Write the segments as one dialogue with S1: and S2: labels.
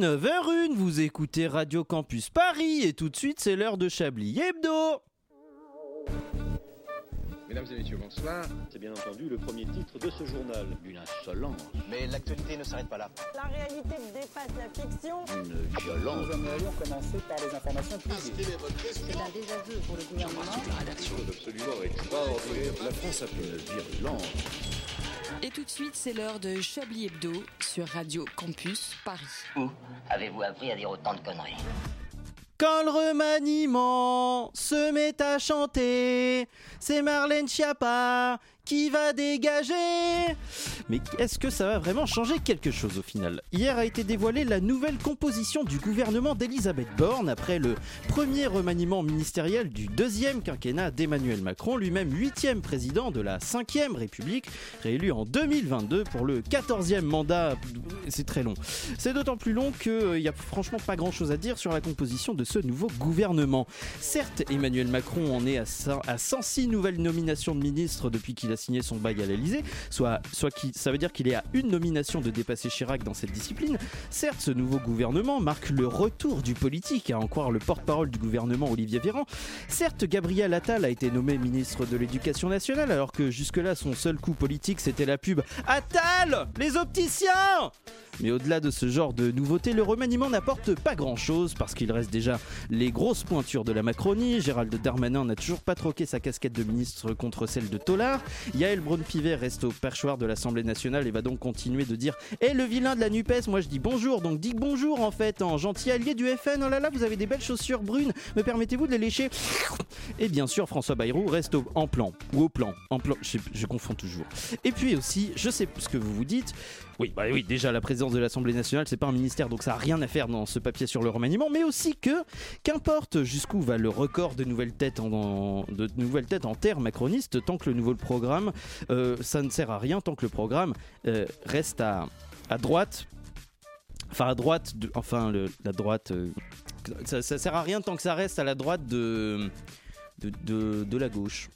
S1: 19h01, vous écoutez Radio Campus Paris et tout de suite c'est l'heure de Chablis Hebdo.
S2: Mesdames et messieurs, bonsoir.
S3: C'est bien entendu le premier titre de ce journal. Une insolence,
S4: Mais l'actualité ne s'arrête pas là.
S5: La réalité dépasse la fiction.
S3: une violence.
S6: aimerions commencer par les informations privées.
S7: C'est un désaveu pour le gouvernement.
S8: Et tout de suite, c'est l'heure de Chablis Hebdo sur Radio Campus Paris.
S9: Où avez-vous appris à dire autant de conneries
S1: Quand le remaniement se met à chanter, c'est Marlène Schiappa qui va dégager. Mais est-ce que ça va vraiment changer quelque chose au final Hier a été dévoilée la nouvelle composition du gouvernement d'Elisabeth Borne après le premier remaniement ministériel du deuxième quinquennat d'Emmanuel Macron, lui-même huitième président de la cinquième République, réélu en 2022 pour le quatorzième mandat. C'est très long. C'est d'autant plus long qu'il n'y a franchement pas grand-chose à dire sur la composition de ce nouveau gouvernement. Certes, Emmanuel Macron en est à, cent- à 106 nouvelles nominations de ministres depuis qu'il a signé son bail à l'Elysée, soit, soit qui, ça veut dire qu'il est à une nomination de dépasser Chirac dans cette discipline. Certes, ce nouveau gouvernement marque le retour du politique, à en croire le porte-parole du gouvernement Olivier Véran. Certes, Gabriel Attal a été nommé ministre de l'Éducation nationale, alors que jusque-là, son seul coup politique, c'était la pub Attal Les opticiens mais au-delà de ce genre de nouveauté, le remaniement n'apporte pas grand-chose parce qu'il reste déjà les grosses pointures de la Macronie. Gérald Darmanin n'a toujours pas troqué sa casquette de ministre contre celle de Tollard. Yael Braun-Pivet reste au perchoir de l'Assemblée nationale et va donc continuer de dire Eh le vilain de la NUPES, moi je dis bonjour, donc dis bonjour en fait, en gentil allié du FN. Oh là là, vous avez des belles chaussures brunes, me permettez-vous de les lécher Et bien sûr, François Bayrou reste au- en plan, ou au plan, en plan, je, sais- je confonds toujours. Et puis aussi, je sais ce que vous vous dites, oui, bah oui, déjà la présidence de l'Assemblée nationale, c'est pas un ministère, donc ça a rien à faire dans ce papier sur le remaniement, mais aussi que, qu'importe jusqu'où va le record de nouvelles têtes en, en- de nouvelles têtes en terre macroniste, tant que le nouveau programme, euh, ça ne sert à rien, tant que le programme euh, reste à, à droite, enfin à droite, de- enfin le- la droite, euh, ça, ça sert à rien tant que ça reste à la droite de- de, de, de la gauche.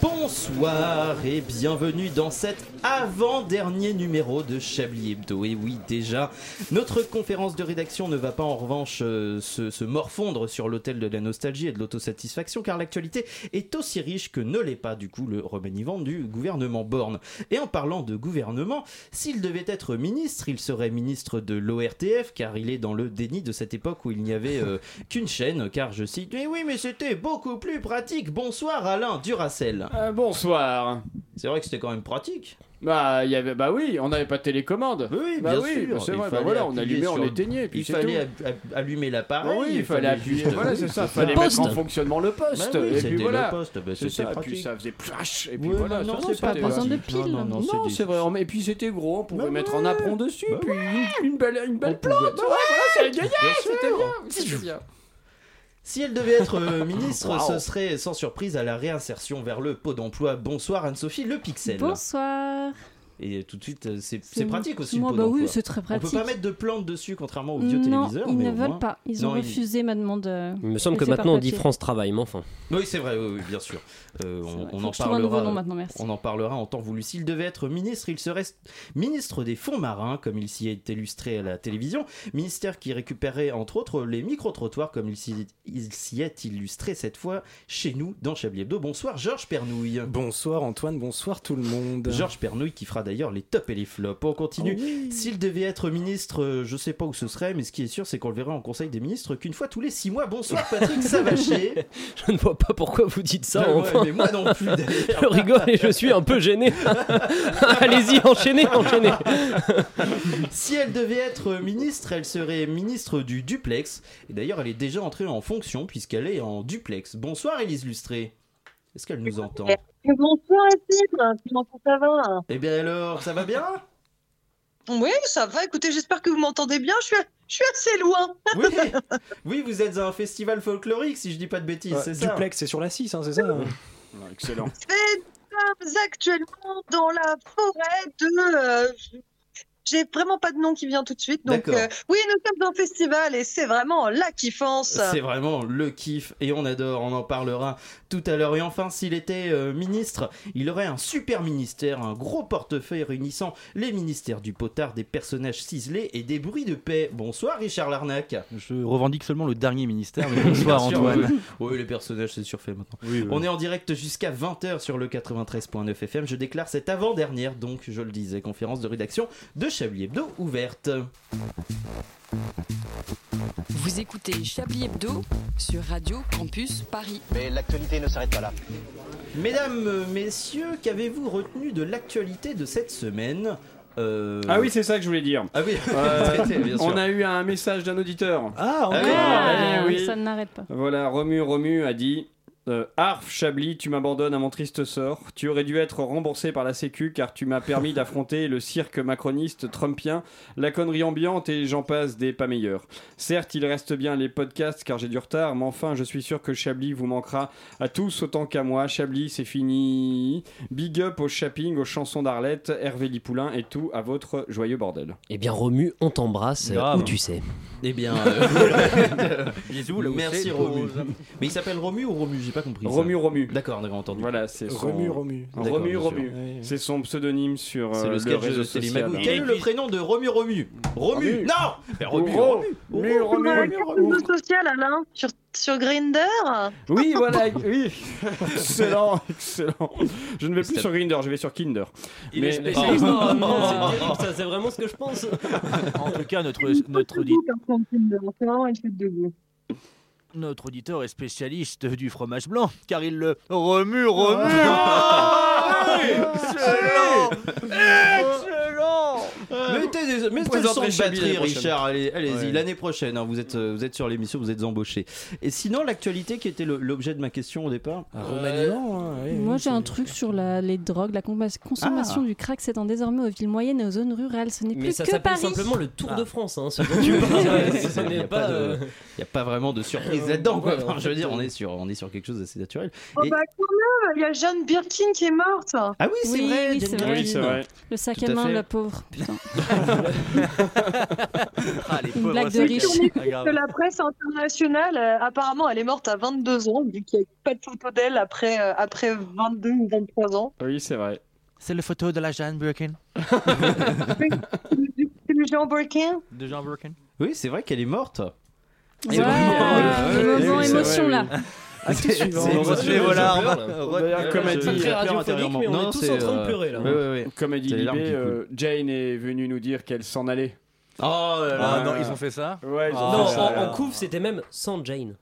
S1: Bonsoir et bienvenue dans cet avant-dernier numéro de Chablis Hebdo. Et oui, déjà, notre conférence de rédaction ne va pas en revanche euh, se, se morfondre sur l'autel de la nostalgie et de l'autosatisfaction, car l'actualité est aussi riche que ne l'est pas du coup le remaniement du gouvernement Borne. Et en parlant de gouvernement, s'il devait être ministre, il serait ministre de l'ORTF, car il est dans le déni de cette époque où il n'y avait euh, qu'une chaîne, car je cite Mais oui, mais c'était beaucoup plus pratique. Bonsoir Alain Duracel.
S6: Euh, bonsoir.
S1: C'est vrai que c'était quand même pratique.
S6: Bah, il y avait, bah oui, on n'avait pas de télécommande.
S1: Oui,
S6: bah oui, bah c'est vrai. Bah voilà, on allumait, on éteignait, puis
S1: il
S6: c'est
S1: fallait
S6: tout.
S1: ab- ab- allumer l'appareil.
S6: Bah oui, il fallait appuyer.
S1: juste-
S6: Voilà, c'est ça. Il fallait mettre en fonctionnement le
S1: Bah
S6: poste.
S1: oui,
S6: et
S1: c'était
S6: puis
S1: le
S6: voilà.
S1: poste, bah c'était
S6: C'est ça. Et puis
S1: pratique.
S6: ça faisait plash. Et puis
S1: Ouais,
S6: voilà.
S1: non,
S6: ça,
S1: c'est pas
S6: c'était-
S1: besoin
S7: de
S1: pratique.
S7: pile.
S1: Non, non,
S6: Non,
S1: des-
S6: c'est vrai. on- Et puis c'était gros, on pouvait
S1: Bah
S6: mettre un apron dessus,
S1: Bah
S6: puis une- une belle, une belle plante. Bah
S1: pouvait-
S6: Ouais, voilà, c'est gaillard,
S1: Bien sûr.
S6: c'était bien. C'était bien.
S1: Si elle devait être euh, ministre,
S6: Wow.
S1: ce serait sans surprise à la réinsertion vers le pot d'emploi. Bonsoir Anne-Sophie Le Pixel.
S7: Bonsoir.
S1: Et tout de suite, euh, c'est c'est pratique aussi
S7: Moi,
S1: le pot
S7: bah
S1: d'emploi.
S7: oui, c'est très
S1: on
S7: pratique.
S1: peut pas mettre de plantes dessus, contrairement aux vieux
S7: non,
S1: téléviseurs.
S7: ils
S1: mais
S7: ne
S1: au
S7: veulent
S1: moins-
S7: pas. Ils ont
S1: Non, ils-
S7: refusé ma demande. euh,
S10: Il me semble
S7: Et
S10: que
S7: c'est par
S10: maintenant on dit
S7: papier.
S10: France Travail, mais enfin.
S1: Oui, c'est vrai, oui, oui, bien sûr. Euh,
S7: c'est
S1: on,
S7: vrai.
S1: on
S7: Faut
S1: en
S7: que je trouve un nouveau
S1: parlera.
S7: nom maintenant, merci.
S1: On en parlera en temps voulu. S'il devait être ministre, il serait ministre des fonds marins, comme il s'y est illustré à la télévision, ministère qui récupérait entre autres les micro-trottoirs, comme il s'y il s'y est illustré cette fois chez nous dans Chablis Hebdo. Bonsoir Georges Pernouille.
S11: Bonsoir Antoine, bonsoir tout le
S10: Ben.
S11: monde.
S1: Georges Pernouille qui fera d'ailleurs les tops et les flops. On continue.
S10: Oh.
S1: S'il devait être ministre, euh, je sais pas où ce serait, mais ce qui est sûr, c'est qu'on le verra en Conseil des ministres qu'une fois tous les six mois. Bonsoir Patrick Savaché.
S10: Je ne vois pas pourquoi vous dites ça,
S1: Ouais,
S10: enfin.
S1: mais moi non plus d'ailleurs.
S10: Je rigole et je suis un peu gêné. Allez-y, enchaînez, enchaînez.
S1: Si elle devait être ministre, elle serait ministre du duplex. Et d'ailleurs, elle est déjà entrée en fonction puisqu'elle est en duplex. Bonsoir, Élise Lustré. Est-ce qu'elle nous entend
S5: Bonsoir Estime, comment ça va
S1: Eh bien alors, ça va bien
S5: Oui, ça va. Écoutez, j'espère que vous m'entendez bien. Je suis, je suis assez loin.
S1: Oui Oui, vous êtes à un festival folklorique, si je dis pas de bêtises,
S11: Euh,
S1: c'est ça
S11: duplex, c'est sur la 6, hein, c'est ça
S6: Ouais, Excellent.
S5: Nous sommes actuellement dans la forêt de. euh, J'ai vraiment pas de nom qui vient tout de suite. Donc,
S1: D'accord.
S5: euh, oui, nous sommes en festival et c'est vraiment la kiffance.
S1: C'est vraiment le kiff et on adore, on en parlera tout à l'heure. Et enfin, s'il était euh, ministre, il aurait un super ministère, un gros portefeuille réunissant les ministères du potard, des personnages ciselés et des bruits de paix. Bonsoir Richard Larnac.
S2: Je revendique seulement le dernier ministère. Mais bonsoir
S1: Bien sûr,
S2: Antoine.
S1: Oui, oui, les personnages, c'est surfait maintenant.
S2: Oui, oui.
S1: On est en direct jusqu'à 20h sur le 93.9 FM. Je déclare cette avant-dernière, donc je le disais, conférence de rédaction de Chablis Hebdo ouverte.
S8: Vous écoutez Chablis Hebdo sur Radio Campus Paris.
S4: Mais l'actualité ne s'arrête pas là.
S1: Mesdames, euh, messieurs, qu'avez-vous retenu de l'actualité de cette semaine Euh,
S6: Ah oui, c'est ça que je voulais dire.
S1: Ah oui,
S6: Euh,
S1: bien sûr.
S6: on a eu un message d'un auditeur.
S11: Ah,
S1: Ah
S6: oui.
S7: Ah,
S6: Ah, oui.
S7: Ça n'arrête pas.
S6: Voilà, Romu Romu a dit euh, Arf Chablis, tu m'abandonnes à mon triste sort. Tu aurais dû être remboursé par la Sécu car tu m'as permis d'affronter le cirque macroniste trumpien, la connerie ambiante et j'en passe des pas meilleurs. Certes, il reste bien les podcasts car j'ai du retard, mais enfin, je suis sûr que Chablis vous manquera à tous autant qu'à moi. Chablis, c'est fini. Big up au shopping, aux chansons d'Arlette, Hervé Lipoulin et tout à votre joyeux bordel.
S10: Eh bien, Romu, on t'embrasse euh,
S2: Grave.
S10: où tu sais.
S1: Eh bien, euh,
S2: Bisous,
S1: merci Romu. Mais il s'appelle Romu ou Romu J'ai pas compris. ça.
S6: Romu Romu.
S1: D'accord, on a entendu.
S6: Voilà, Ah, c'est son...
S11: Romu, Romu.
S1: D'accord,
S6: Romu
S1: bien sûr.
S6: Romu. C'est son pseudonyme sur
S1: C'est
S6: euh,
S1: le sketch
S6: réseau
S1: de
S6: social.
S1: Télémagou. Quel est le prénom de Romu Romu Romu
S6: Romu.
S1: Non Mais Romu,
S6: Ro-
S1: Romu.
S5: Oh,
S6: Romu, Romu,
S5: Ouais,
S6: Romu,
S5: le
S6: Romu.
S5: réseau social, Alain, sur, sur Grinder.
S6: Oui, voilà, oui. excellent, excellent. Je ne vais plus
S1: C'est-
S6: sur Grinder, je vais sur Kinder.
S12: Il
S6: Mais-
S12: est spécialiste
S1: Oh.
S12: en Tinder, Ah, c'est terrible, ça, c'est vraiment ce que je pense.
S2: En tout cas, notre, notre, audi-
S5: C'est vraiment une chute de goût.
S2: notre auditeur est spécialiste du fromage blanc, car il le remue, remue.
S1: Excellent Mettez, des, mettez le son
S6: présenterez
S1: de
S6: Chablis l'année
S1: batterie,
S6: prochaine.
S1: Richard. Allez- Allez-y,
S6: Ouais.
S1: l'année prochaine. hein, vous, êtes, euh, vous êtes sur l'émission, vous êtes embauché. Et sinon, l'actualité qui était le- l'objet de ma question au départ
S6: Ah,
S11: Romanian, hein, oui,
S7: Moi,
S11: oui,
S7: j'ai un
S11: c'est-
S7: truc sur la- les drogues. La cons-
S1: Ah.
S7: consommation du crack s'étend désormais aux villes moyennes et aux zones rurales. Ce n'est
S12: Mais
S7: plus
S12: ça
S7: que
S12: s'appelle
S7: Paris.
S12: simplement le Tour
S10: Ah.
S12: de France. Hein, ce dont
S1: Il
S12: tu parles. Ce
S1: n'y
S12: n'est
S1: a, pas
S12: pas.
S1: de-
S12: euh,
S1: y a pas vraiment de surprise
S12: euh,
S1: là-dedans. quoi.
S12: ouais,
S1: Enfin,
S12: en
S1: je veux
S12: fait,
S1: dire, on
S12: euh,
S1: est sur, on est sur quelque chose d'assez naturel.
S5: Oh
S1: Et-
S5: bah, quand même, il y a Jeanne Birkin qui est morte.
S1: Ah oui, c'est
S7: Oui,
S1: vrai.
S7: oui,
S1: Jane
S7: c'est vrai.
S1: Birkin.
S6: Oui, c'est vrai.
S7: Le sac
S1: Tout
S7: à
S1: à
S7: main,
S1: fait.
S7: la pauvre. Putain.
S2: Ah, les
S7: Une
S2: pauvres,
S7: blague de
S2: c'est
S7: riche.
S2: clair. Ah, grave.
S5: De la presse internationale, euh, apparemment, elle est morte à 22 ans, vu qu'il n'y a pas de photo d'elle après, euh, après 22 ou 23 ans.
S6: Oui, c'est vrai.
S2: C'est le photo de la Jeanne Birkin,
S5: C'est le Jean Birkin
S2: de Jean Birkin.
S1: Oui, c'est vrai qu'elle est morte. Et
S7: Voilà,
S1: oui,
S7: le
S1: oui, oui,
S7: moment
S1: c'est vrai,
S7: émotion
S6: oui.
S7: là.
S12: Ah,
S11: Actu suivant.
S1: C'est-
S6: Bon,
S1: retenez
S6: bah,
S1: vos
S6: j'ai
S1: larmes.
S12: peur,
S1: Retenez-
S6: D'ailleurs, comme
S1: Ouais,
S6: a
S1: je-
S6: dit- euh,
S1: j'ai
S12: très
S1: peur
S12: radiophonique,
S1: intérieurement.
S12: mais on est
S1: euh, Non,
S12: tous
S1: c'est,
S12: en train de
S1: euh,
S12: pleurer, là.
S1: oui, oui, oui.
S6: Comme a dit
S1: T'as les larmes
S6: Libé,
S1: qui coulent.
S6: euh, Jane est venue nous dire qu'elle s'en allait.
S1: Oh là là.
S6: Ah, non, ils ont
S2: fait ça
S6: Ouais, ils ont
S2: Ah,
S12: non,
S6: fait ça,
S12: en,
S6: là.
S12: en couve, c'était même sans Jane.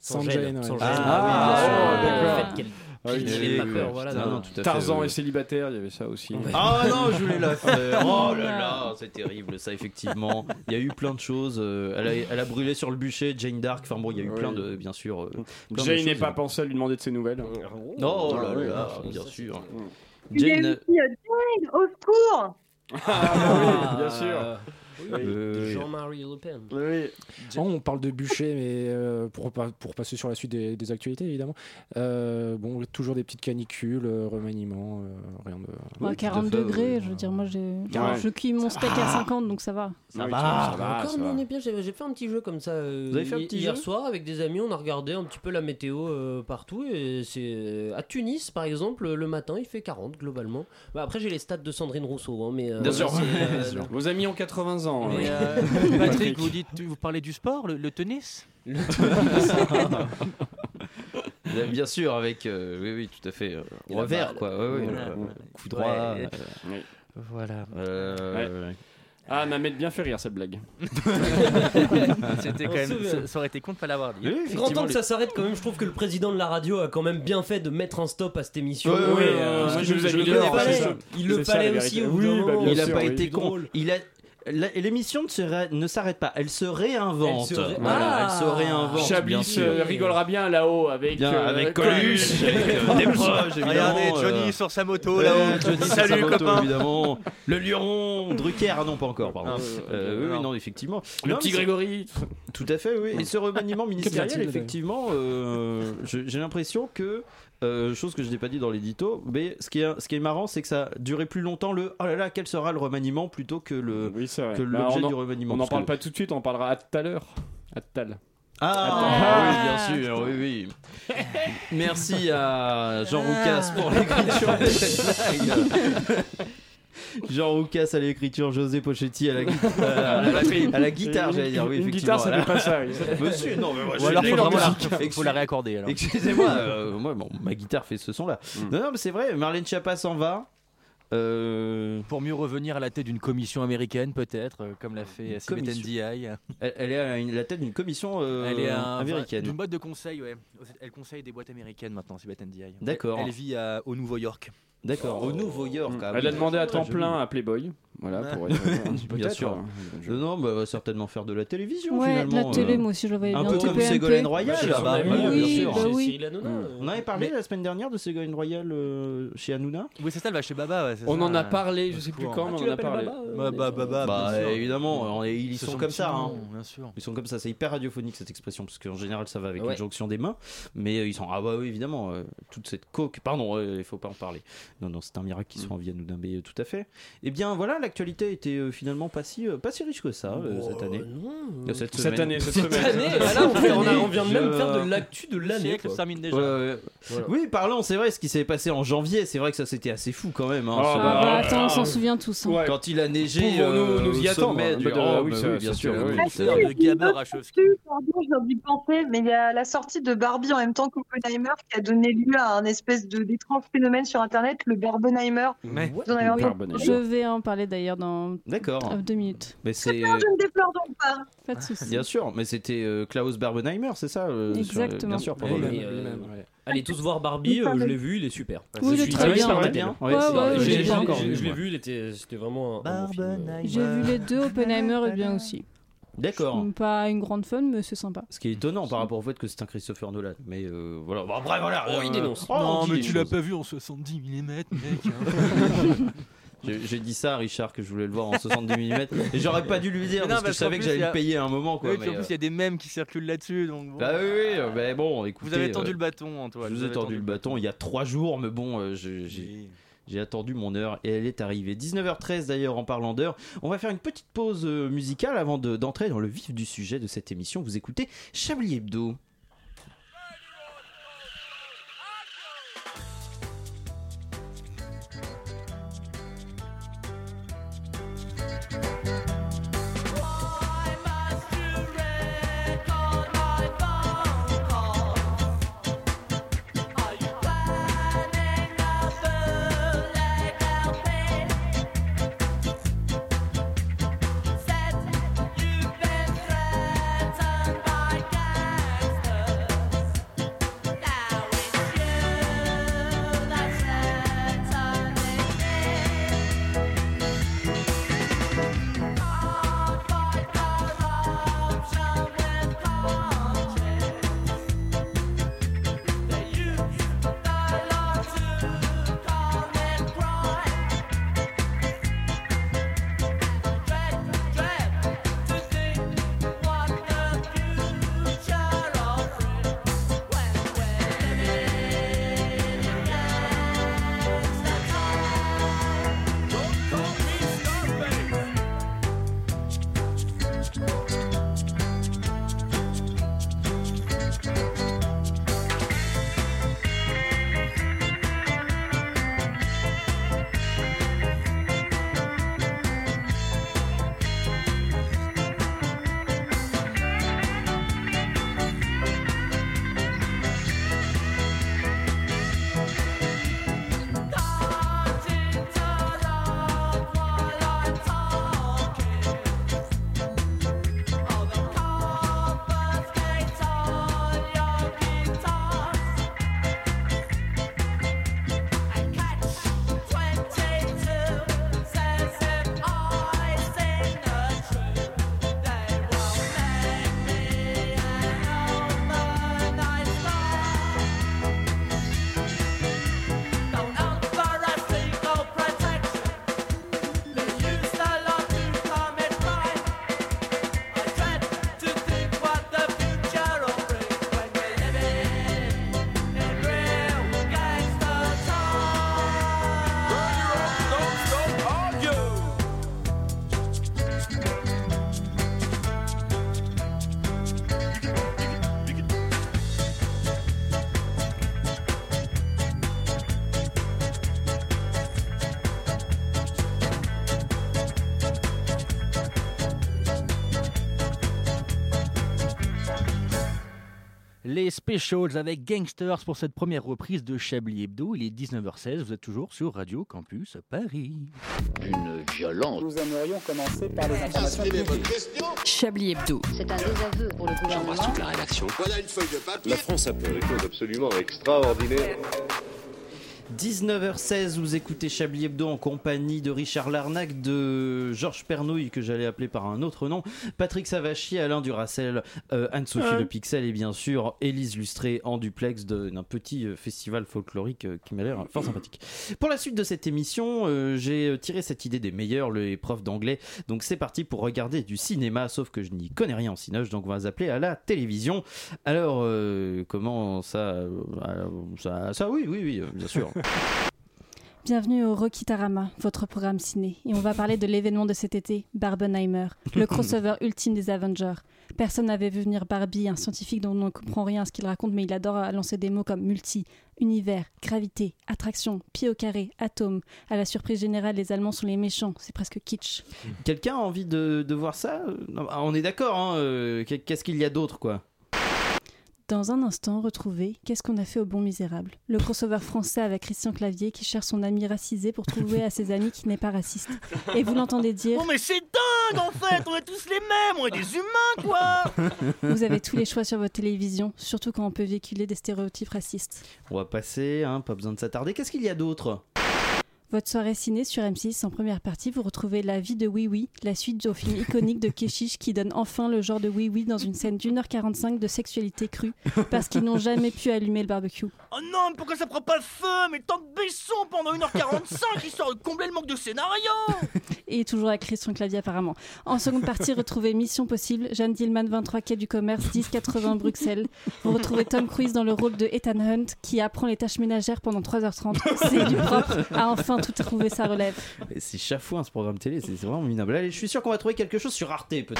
S11: Sans Jane, ouais.
S12: sans
S11: Ah,
S12: Jane.
S6: ah,
S12: Ah,
S6: oui, d'accord.
S12: Le fait qu'elle-
S6: Ah oui,
S12: Il
S1: Oui,
S12: avait
S1: oui,
S12: pas
S1: oui,
S12: peur,
S1: oui,
S12: voilà,
S1: putain,
S12: non.
S1: non, tout à fait,
S6: Tarzan
S1: oui.
S6: est célibataire, il y avait ça aussi.
S1: Ah non, je voulais la faire. Oh là là, c'est terrible ça, effectivement. Il y a eu plein de choses. euh, elle, a, elle a brûlé sur le bûcher, Jane Dark. Enfin bon, il y a eu
S6: Oui.
S1: plein de, bien sûr. euh, plein de
S6: Jane n'est
S1: choses.
S6: pas pensé à lui demander de ses nouvelles.
S1: Oh là
S6: Ah, oui.
S1: là, bien sûr.
S5: Il y a eu
S1: Jane.
S5: aussi, euh, Jane, au secours
S6: Ah, bah oui, bien sûr.
S12: Ah, oui,
S1: Euh,
S12: Jean-Marie Le Pen.
S6: Oui.
S11: Oh, on parle de bûcher, mais euh, pour, pas- pour passer sur la suite des, des actualités, évidemment. Euh, bon, toujours des petites canicules, euh, remaniement, euh, rien de.
S7: Ouais, 40
S1: tout à fait,
S7: degrés,
S1: ouais. Ah
S7: je veux dire, moi j'ai.
S6: Ouais.
S7: Je cuis mon steak à 50, donc ça va.
S1: va,
S6: Ça ça va,
S12: Encore,
S6: ça
S12: nous,
S6: va.
S1: Ah.
S12: on est bien. J'ai j'ai fait un petit jeu comme ça euh,
S1: Vous avez fait un
S12: hi-
S1: petit
S12: hier
S1: jeu
S12: soir avec des amis. On a regardé un petit peu la météo euh, partout. Et c'est euh, à Tunis, par exemple, le matin, il fait 40 globalement. Bah, après, j'ai les stats de Sandrine Rousseau, hein, mais euh,
S1: Bien sûr.
S12: c'est, euh,
S6: Vos amis ont 80 ans.
S12: mais,
S6: hein.
S12: euh,
S6: Patrick, vous
S2: dites, vous parlez du sport, le, tennis
S1: Là, Bien sûr, avec. euh, oui, oui, tout à fait. euh,
S12: Et la
S1: revers,
S12: balle.
S1: quoi. Ouais, ouais,
S12: Voilà.
S1: euh, coup droit.
S12: Ouais.
S1: euh,
S2: Voilà.
S1: euh,
S6: Ah, elle m'a m'aide bien fait rire cette blague.
S2: C'était
S12: On
S2: quand même,
S12: se souvient.
S2: ça, ça aurait été con de pas l'avoir dit.
S1: oui,
S12: Grand
S1: effectivement,
S12: temps que
S1: les-
S12: ça s'arrête quand même. Je trouve que le président de la radio a quand même bien fait de mettre un stop à cette émission.
S1: Ouais, ouais, ouais,
S12: euh,
S1: ouais,
S12: parce
S1: moi,
S12: que
S1: je
S12: je
S1: vous
S12: le
S1: adore,
S12: connais pas,
S1: c'est ça.
S12: Il le
S6: C'est ça, la
S12: fallait
S6: vérité.
S12: aussi au bout
S6: Oui,
S12: d'un
S6: bah,
S12: moment. euh,
S6: bien
S1: il a
S6: sûr,
S1: pas
S6: oui.
S1: été con.
S12: Drôle.
S1: Il a. la- L'émission ne se ré- ne s'arrête pas, elle se réinvente.
S12: Elle se ré- Ah.
S1: Voilà, elle se réinvente.
S12: Chablis
S1: bien
S6: Chablis
S1: sûr.
S6: euh, rigolera bien là-haut avec,
S1: Bien,
S6: euh,
S1: avec Coluche, avec euh, des proches, évidemment. euh,
S2: sur sa moto
S1: ouais, Johnny Salut, évidemment. Le Luron, Drucker, ah non, pas encore, pardon.
S2: Ah,
S1: Euh, oui, oui, non, effectivement.
S6: Le
S1: Non,
S6: petit
S1: mais c'est-
S6: Grégory.
S1: Tout à fait, oui. Et ce remaniement ministériel,
S13: vient-il de-
S1: effectivement, euh, je- j'ai l'impression que, euh, chose que je n'ai pas dit dans l'édito, mais ce qui est, ce qui est marrant, c'est que ça a duré plus longtemps le oh là là, quel sera le remaniement plutôt que le que
S6: Bah,
S1: l'objet
S6: on en-
S1: du remaniement.
S6: On n'en
S1: Parce
S6: parle
S1: que-
S6: pas tout de suite, on en parlera à tout à l'heure. À tout à l'heure.
S1: Ah,
S6: Ah.
S1: oui, bien sûr, oui, oui. Merci à Jean Roucas pour l'écriture de cette blague. Jean Roucas à l'écriture, José Pochetti à la, guitare à la, à la guitare, j'allais dire. Oui,
S6: Une
S1: effectivement,
S6: guitare, ça
S1: à la-
S6: fait pas ça, oui.
S1: Monsieur, non, mais moi,
S2: Ou
S1: je
S2: alors,
S1: suis
S2: faut
S1: nul en
S2: vraiment la-
S1: musique.
S2: faut- faut
S1: Excuse-
S2: la réaccorder, alors. Mm.
S1: Excusez-moi, euh, moi, bon, ma guitare fait ce son-là. Non, non, mais c'est vrai, Marlène Schiappa s'en va. euh,
S2: Pour mieux revenir à la tête d'une commission américaine, peut-être, euh, comme l'a fait
S1: Commission.
S2: CBTNDI.
S1: Elle, elle est à une- la tête d'une commission euh,
S2: Elle est un-
S1: américaine.
S2: D'une boîte de conseil, ouais. Elle conseille des boîtes américaines maintenant, CBTNDI.
S1: D'accord.
S2: Elle vit à- au Nouveau-York. Mm.
S1: D'accord, au Nouveau-York. ah
S6: Mm. Elle
S1: oui.
S6: a demandé à temps
S1: Ouais,
S6: plein
S1: joli.
S6: à Playboy. Voilà, pour
S1: Ouais.
S6: être.
S1: bien
S6: peut-être,
S1: sûr.
S6: hein.
S1: Non, non, bah, elle va certainement faire de la télévision
S7: Ouais, de
S1: finalement.
S7: la télé,
S1: euh,
S7: moi aussi, je la voyais
S1: Un
S7: bien.
S1: peu comme
S7: TPMP.
S1: Ségolène Royal,
S7: Bah,
S1: là,
S7: c'est
S1: bah,
S7: son
S1: oui,
S7: ami,
S1: bien
S7: oui,
S1: sûr.
S7: bah oui. Cyril
S12: Hanouna,
S6: euh.
S1: On avait parlé la semaine dernière de Ségolène Royal euh, chez Hanouna.
S2: Oui, c'est ça, elle va chez Baba. ouais, c'est
S1: On
S2: ça,
S1: en a
S2: euh,
S1: parlé,
S2: au
S1: je sais plus
S2: secours.
S1: quand, Ah, mais tu on en a l'appelles parlé. Baba, euh,
S2: Bah, bah,
S1: Bah,
S2: Baba, bien sûr.
S1: évidemment, on est- ils
S2: Ce
S1: sont
S2: son
S1: comme
S2: petit
S1: ça.
S2: nom,
S1: hein.
S2: Bien sûr.
S1: Ils sont comme ça, c'est hyper radiophonique cette expression, parce qu'en général ça va avec
S2: Ouais.
S1: une jonction des mains, mais euh, ils sont ah bah oui évidemment euh, toute cette coque, pardon, euh, il faut pas en parler. Non non, c'est un miracle qu'ils soient en Vienne ou d'un pays, euh, tout à fait. Et bien voilà, l'actualité était euh, finalement pas si euh, pas si riche que ça euh, cette année. Euh,
S6: Cette année, cette semaine.
S12: année, bah là, on fait- on a- on vient de même
S1: Je-
S12: faire de l'actu de l'année,
S2: Siècle
S12: quoi.
S2: se termine déjà.
S1: Ouais, ouais.
S2: Voilà.
S1: Oui, parlons, c'est vrai, ce qui s'est passé en janvier, c'est vrai que ça c'était assez fou quand même. hein,
S6: Ah,
S1: ce-
S6: bah,
S7: Ah, attends, on s'en souvient tous. hein.
S1: Quand il a neigé,
S6: Pouvons-nous
S1: euh,
S6: nous y
S1: au
S6: attendre,
S1: sommet
S6: hein,
S1: du
S6: bah, de-
S1: Rhum,
S6: oui, ça,
S1: euh, oui, bien
S6: ça,
S1: sûr.
S6: c'est-
S1: oui,
S6: oui.
S1: oui,
S6: Ah,
S1: c'est
S6: si,
S1: un de Gabber à
S5: Parce que, Pardon, je viens d'y penser, mais il y a la sortie de Barbie en même temps qu'Oppenheimer qui a donné lieu à un espèce de d'étrange phénomène sur Internet, le Barbenheimer. Vous en avez entendu parler
S7: Je vais en parler d'ailleurs dans
S1: D'accord.
S7: euh, deux minutes.
S1: Mais c'est.
S5: Non, je ne déplore donc pas.
S7: Pas de soucis.
S1: Bien sûr, mais c'était euh, Klaus Barbenheimer, c'est ça euh, sur-
S7: Exactement.
S1: bien sûr,
S12: Et,
S1: pardon.
S12: euh, Allez tous voir Barbie, euh, je l'ai vu, il est super.
S7: Oui, il est
S12: Je suis
S7: très bien.
S12: sur la
S7: Ouais,
S12: télé.
S7: ouais, Ouais, c'est- ouais,
S12: Je
S7: je l'ai
S12: l'ai-
S7: pas
S1: encore
S12: je-
S1: vu,
S12: je l'ai
S1: moi.
S12: vu, il était- c'était vraiment un- un bon film.
S7: J'ai vu les deux, Oppenheimer et bien aussi.
S1: D'accord.
S2: Mmh.
S7: Pas une grande fun, mais c'est sympa.
S1: Ce qui est étonnant par rapport au fait que c'est un Christopher Nolan. Mais euh, voilà, Bon, bref, voilà.
S2: Oh,
S1: euh,
S2: il dénonce.
S1: oh, on
S2: non,
S1: dit
S2: mais
S1: des
S2: tu l'as
S1: choses.
S2: pas vu en 70 mm, mec.
S1: hein. J'ai j'ai dit ça à Richard que je voulais le voir en 70 mm. Et j'aurais pas dû lui dire
S2: Mais non,
S1: parce que je
S2: parce qu'en
S1: savais que
S2: plus,
S1: j'allais
S2: il y a-
S1: le payer à un moment. Quoi,
S2: Oui, puis en
S1: mais, euh,
S2: plus, il y a des mèmes qui circulent là-dessus. donc bon.
S1: Bah oui, oui, euh, mais bon, écoutez.
S2: Vous avez
S1: euh,
S2: tendu le bâton, Antoine.
S1: Je vous ai tendu le bâton il y a trois jours, mais bon, euh, je- j'ai. J'ai attendu mon heure et elle est arrivée. 19h13 d'ailleurs en parlant d'heure. On va faire une petite pause euh, musicale avant de- d'entrer dans le vif du sujet de cette émission. Vous écoutez Chablis Hebdo.
S14: Said you've been threatened by gangs
S2: les specials avec Gangsters pour cette première reprise de Chablis Hebdo. Il est 19h16, vous êtes toujours sur Radio Campus Paris.
S3: D'une violence.
S13: Nous aimerions commencer par les
S3: informations
S8: Chablis Hebdo.
S9: C'est un désaveu pour le gouvernement.
S3: toute la rédaction. Voilà une feuille de papier. La France a fait des choses absolument extraordinaires.
S1: 19h16, vous écoutez Chablis Hebdo en compagnie de Richard Larnac, de Georges Pernouille, que j'allais appeler par un autre nom, Patrick Savachy, Alain Duracel, euh, Anne-Sophie
S2: Ouais.
S1: Le Pixel et bien sûr Élise Lustré en duplex de- d'un petit euh, festival folklorique euh, qui m'a l'air fort sympathique. Pour la suite de cette émission, euh, j'ai euh, tiré cette idée des meilleurs, les profs d'anglais. Donc c'est parti pour regarder du cinéma, sauf que je n'y connais rien en cinoche, donc on va appeler à la télévision. Alors, euh, comment ça, euh, ça Ça, oui, oui, oui, euh, bien sûr.
S7: Bienvenue au Rokitarama, votre programme ciné. Et on va parler de l'événement de cet été, Barbenheimer, le crossover ultime des Avengers. Personne n'avait vu venir Barbie, un scientifique dont on ne comprend rien à ce qu'il raconte, mais il adore à lancer des mots comme multi, univers, gravité, attraction, pied au carré, atome. À la surprise générale, les Allemands sont les méchants, c'est presque kitsch.
S1: Quelqu'un a envie de, de voir ça Non, On est d'accord, hein, euh, qu'est- qu'est-ce qu'il y a d'autre, quoi
S7: Dans un instant, retrouvez Qu'est-ce qu'on a fait au bon misérable Le crossover français avec Christian Clavier qui cherche son ami racisé pour trouver à ses amis qui n'est pas raciste. Et vous l'entendez dire
S2: Oh mais c'est dingue en fait, on est tous les mêmes, on est des humains quoi
S7: Vous avez tous les choix sur votre télévision, surtout quand on peut véhiculer des stéréotypes racistes.
S1: On va passer, hein, pas besoin de s'attarder. Qu'est-ce qu'il y a d'autre
S7: Votre soirée ciné sur M6, en première partie, vous retrouvez La vie de Oui Oui, la suite au film iconique de Keshish qui donne enfin le genre de Oui Oui dans une scène d'1h45 de sexualité crue, parce qu'ils n'ont jamais pu allumer le barbecue.
S2: Oh non, mais pourquoi ça prend pas feu Mais tant de baissons pendant 1h45 histoire de combler le manque de scénario
S7: Et toujours avec Christian Clavier apparemment. En seconde partie, retrouvez Mission Possible, Jeanne Dillman 23 quai du commerce 1080 Bruxelles. Vous retrouvez Tom Cruise dans le rôle de Ethan Hunt qui apprend les tâches ménagères pendant 3h30. C'est du propre à enfin tout trouver sa relève.
S1: Mais C'est chafouin ce programme télé, c'est c'est vraiment minable. Allez, je suis sûr qu'on va trouver quelque chose sur Arte peut-être.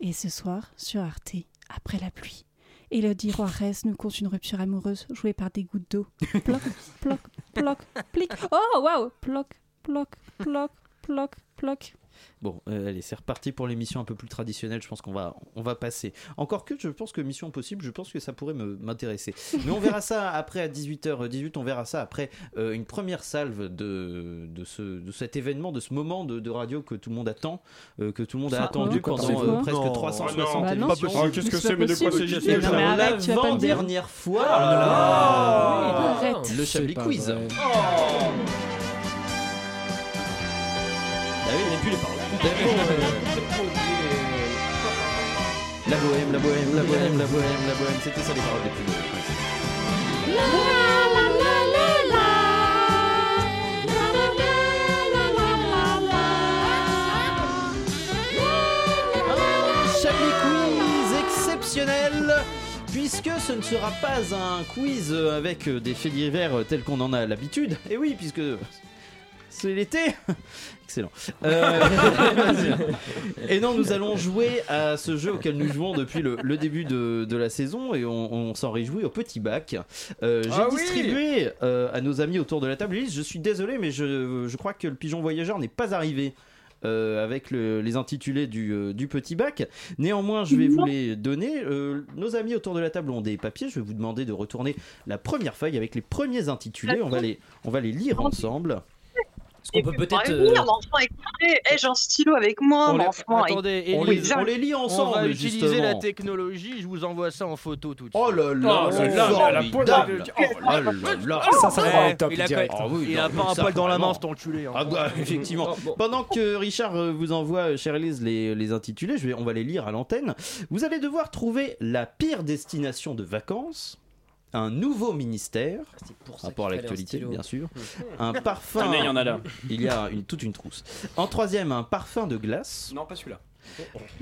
S7: Et ce soir, sur Arte, après la pluie, Elodie Juarez nous conte une rupture amoureuse jouée par des gouttes d'eau. Ploc, ploc, ploc, plic. Oh waouh Ploc, ploc, ploc, ploc, ploc.
S1: Bon, euh, allez, c'est reparti pour l'émission un peu plus traditionnelle. Je pense qu'on va, on va passer. Encore que je pense que Mission Impossible, je pense que ça pourrait me- m'intéresser. Mais on verra ça après à 18h18. On verra ça après euh, une première salve de, de, ce, de cet événement, de ce moment de, de radio que tout le monde attend, euh, que tout le monde a
S2: Ça,
S1: attendu
S2: non. Quoi,
S1: pendant
S2: Ah, c'est
S1: euh, presque
S2: quoi Non. Ah,
S1: 360
S2: non. Bah non,
S1: émissions.
S2: c'est pas possible. Qu'est-ce que Mais c'est c'est, mais de quoi possible. s'agit-il
S1: Eh ben,
S2: Mais arrête, tu vas pas le dire.
S1: L'avant-dernière fois,
S2: Oh là là.
S1: oui,
S2: Arrête.
S1: le Chablis
S2: C'est pas
S1: Quiz. Oh.
S2: vrai.
S1: Ah oui, plus les
S2: euh,
S1: La bohème, la bohème, la bohème, la bohème, la bohème. C'était ça les paroles des plus Chablis Quiz exceptionnel Puisque ce ne sera pas un quiz euh, avec euh, des faits divers euh, tels qu'on en a l'habitude, et oui, puisque c'est l'été Excellent. Euh, et non, nous allons jouer à ce jeu auquel nous jouons depuis le, le début de, de la saison et on, on s'en réjouit au petit bac. Euh, J'ai
S2: Ah oui
S1: distribué euh, à nos amis autour de la table. Ulysse, je suis désolé, mais je, je crois que le pigeon voyageur n'est pas arrivé. euh, avec le- les intitulés du, euh, du petit bac. Néanmoins, je vais vous les donner. Euh, nos amis autour de la table ont des papiers. Je vais vous demander de retourner la première feuille avec les premiers intitulés. On va les, on va les lire ensemble.
S12: Parce qu'on peut peut-être.
S8: euh,
S12: euh,
S5: Merde, enfant, écoutez, eh, j'ai un stylo avec moi,
S1: On
S5: mon
S1: les-
S5: enfant.
S1: attendez,
S5: et-
S1: on
S5: et-
S1: les- on les lit ensemble,
S2: On va
S1: mais
S2: utiliser
S1: justement.
S2: la technologie, je vous envoie ça en photo tout de suite.
S1: Oh là là,
S2: Oh
S1: c'est
S2: là là,
S1: formidable.
S2: la poêle de-
S1: Oh là là là. Ça, ça sera au top
S2: Il a,
S1: direct. Ah oui,
S2: il
S1: non,
S2: a
S1: mais
S2: pas un
S1: ça,
S2: poil dans la
S1: vraiment.
S2: main, cet enculé. hein.
S1: Ah bah effectivement. Pendant que Richard euh, vous envoie, euh, chère Elise, les, les intitulés, je vais, on va les lire à l'antenne. Vous allez devoir trouver la pire destination de vacances, un nouveau ministère,
S2: Ah,
S1: rapport
S2: ça
S1: à
S2: qu'il fallait un
S1: l'actualité
S2: stylo.
S1: bien sûr,
S2: Mmh.
S1: un parfum.
S6: Tenez, il y en a là.
S1: Il y a une, toute une trousse. En troisième, un parfum de glace.
S6: Non, pas celui-là.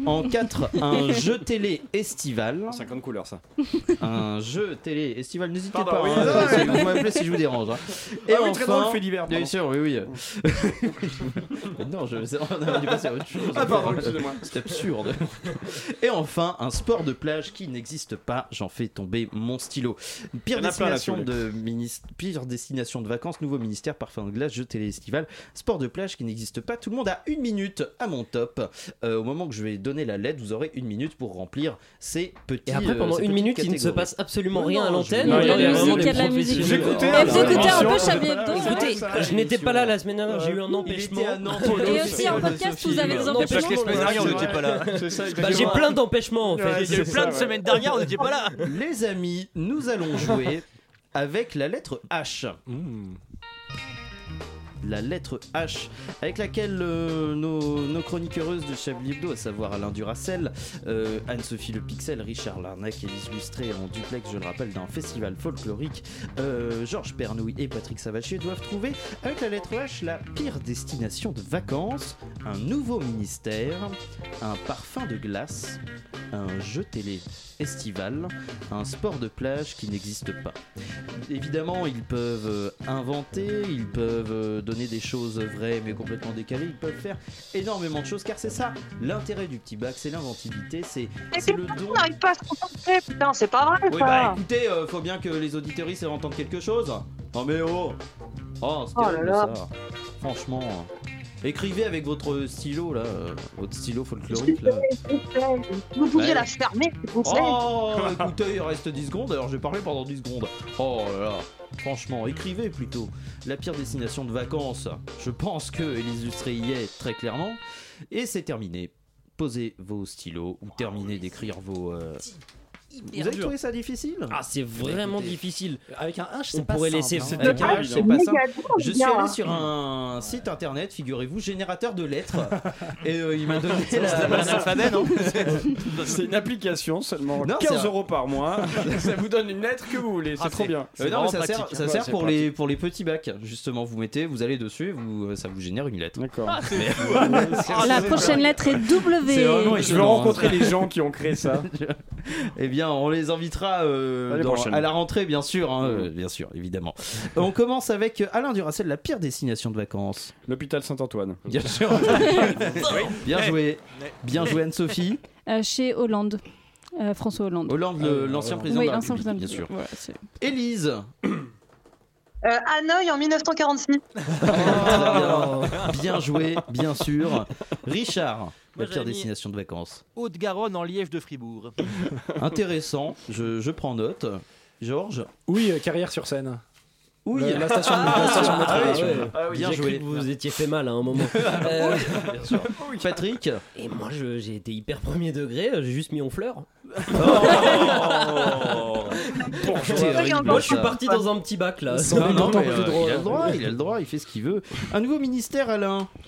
S1: En 4, un jeu télé estival.
S6: 50 couleurs, ça.
S1: Un jeu télé estival, n'hésitez
S6: Pardon,
S1: pas.
S6: oui,
S1: hein,
S6: non,
S1: c'est-
S6: non,
S1: vous
S6: oui.
S1: m'appelez si je vous dérange. hein.
S6: Ah oui, très drôle, fait divers,
S1: Bien
S6: pardon.
S1: sûr, oui, oui. non, je, on a dû passer à autre chose.
S6: Ah, pardon, excusez-moi.
S1: C'est absurde. Et enfin, un sport de plage qui n'existe pas. J'en fais tomber mon stylo. Pire
S6: Il y en a plein, là,
S1: destination,
S6: sur
S1: de minis- pire destination de vacances, nouveau ministère, parfum de glace, jeu télé estival, sport de plage qui n'existe pas. Tout le monde a une minute à mon top. Euh, au moment que je vais donner la lettre, vous aurez une minute pour remplir ces petits.
S12: Et après, pendant une minute, il ne se passe absolument rien à l'antenne.
S1: Il
S12: Il y a vraiment des
S1: y a de la
S12: professionnels.
S1: musique.
S12: J'écoutais,
S1: alors.
S12: alors.
S7: Écoutez un peu
S12: Attention.
S7: Chablis Hebdo.
S12: Écoutez, je n'étais pas là la semaine dernière, j'ai eu un empêchement.
S7: Et aussi en podcast, vous avez des empêchements.
S12: euh, Bah, J'ai plein d'empêchements en fait.
S1: C'est ça, ouais. Les amis, nous allons jouer avec la lettre H. La lettre H, avec laquelle euh, nos, nos chroniqueureuses de Chablis Hebdo, à savoir Alain Duracel, euh, Anne-Sophie Le Pixel, Richard Larnac et Lise Lustré en duplex, je le rappelle, d'un festival folklorique, euh, Georges Pernouille et Patrick Savachier doivent trouver, avec la lettre H, la pire destination de vacances, un nouveau ministère, un parfum de glace, un jeu télé estival, un sport de plage qui n'existe pas. Évidemment, ils peuvent euh, inventer, ils peuvent euh, donner des choses vraies mais complètement décalées, ils peuvent faire énormément de choses car c'est ça l'intérêt du petit bac, c'est l'inventivité, c'est c'est le don.
S5: On n'arrive pas à se concentrer, putain, c'est pas vrai,
S1: Oui,
S5: ça.
S1: bah écoutez, euh, faut bien que les auditeurs entendent quelque chose. Oh mais oh Oh, c'est
S5: Oh là
S1: terrible,
S5: là.
S1: ça. Franchement, euh, écrivez avec votre stylo là, euh, votre stylo folklorique là.
S5: Vous pouviez
S1: Ouais.
S5: la fermer, s'il vous plaît.
S1: bah, Oh, écoutez, il reste 10 secondes, alors je vais parler pendant 10 secondes. Oh là là, franchement, écrivez plutôt. La pire destination de vacances, je pense que Élise Lustré y est très clairement. Et c'est terminé. Posez vos stylos ou terminez d'écrire vos. euh, Vous avez trouvé ça difficile
S12: Ah, c'est vraiment
S1: Bah, Écoutez,
S12: difficile.
S1: Avec un H,
S12: On pourrait laisser.
S1: Avec un H, c'est pas simple. Je suis allé sur
S12: un
S1: un site internet, figurez-vous, générateur de lettres. et euh, il m'a donné
S6: Ça,
S1: la-
S6: c'est pas un alphabet, non
S1: C'est-
S6: C'est une application seulement
S1: Non, c'est
S6: 15
S1: un-
S6: euros par mois. ça vous donne une lettre que vous voulez, c'est hein.
S1: Ah,
S6: trop bien.
S1: Euh, non, mais ça sert, ça sert pour, les, pour les petits bacs. Justement, vous mettez, vous allez dessus, vous, euh, ça vous génère une lettre. D'accord.
S6: Ah,
S7: La prochaine lettre est W.
S1: C'est vraiment
S6: Je veux
S1: étonnant,
S6: rencontrer
S1: hein.
S6: les gens qui ont créé ça.
S1: eh bien, on les invitera euh,
S6: L'année
S1: dans-
S6: prochaine. Mmh.
S1: à la rentrée, bien sûr. hein, euh, bien sûr, évidemment. on commence avec euh, Alain Duracel, la pire destination de vacances.
S6: L'hôpital Saint-Antoine.
S1: Bien sûr.
S2: Eh.
S1: bien joué. Bien joué, Anne-Sophie.
S7: Euh, Chez Hollande. Euh, François Hollande.
S1: Hollande,
S2: Euh,
S6: Euh,
S1: le- l'ancien président
S7: Oui,
S1: de la
S7: l'ancien
S1: République, bien
S7: président.
S1: sûr. Élise.
S5: Euh, Hanoï en 1946.
S6: Oh.
S1: Bien, bien joué, bien sûr. Richard, la pire destination de vacances.
S2: Haute-Garonne en Liège de Fribourg.
S1: Intéressant, je, je prends note. Georges
S11: Oui, euh, carrière sur scène.
S1: Oui,
S11: la, la station de
S12: Ah,
S11: la station de métro.
S1: bien joué.
S12: vous vous étiez fait mal à un moment.
S1: Bien sûr. Euh, Patrick
S12: Et moi, je- j'ai été hyper premier degré, euh, j'ai juste mis en fleur.
S2: Oh.
S12: Ah, Moi, je suis parti dans un petit bac là.
S1: Non, non, mais, euh, il a le droit, il a le droit, il fait ce qu'il veut. Un nouveau ministère, Alain Ah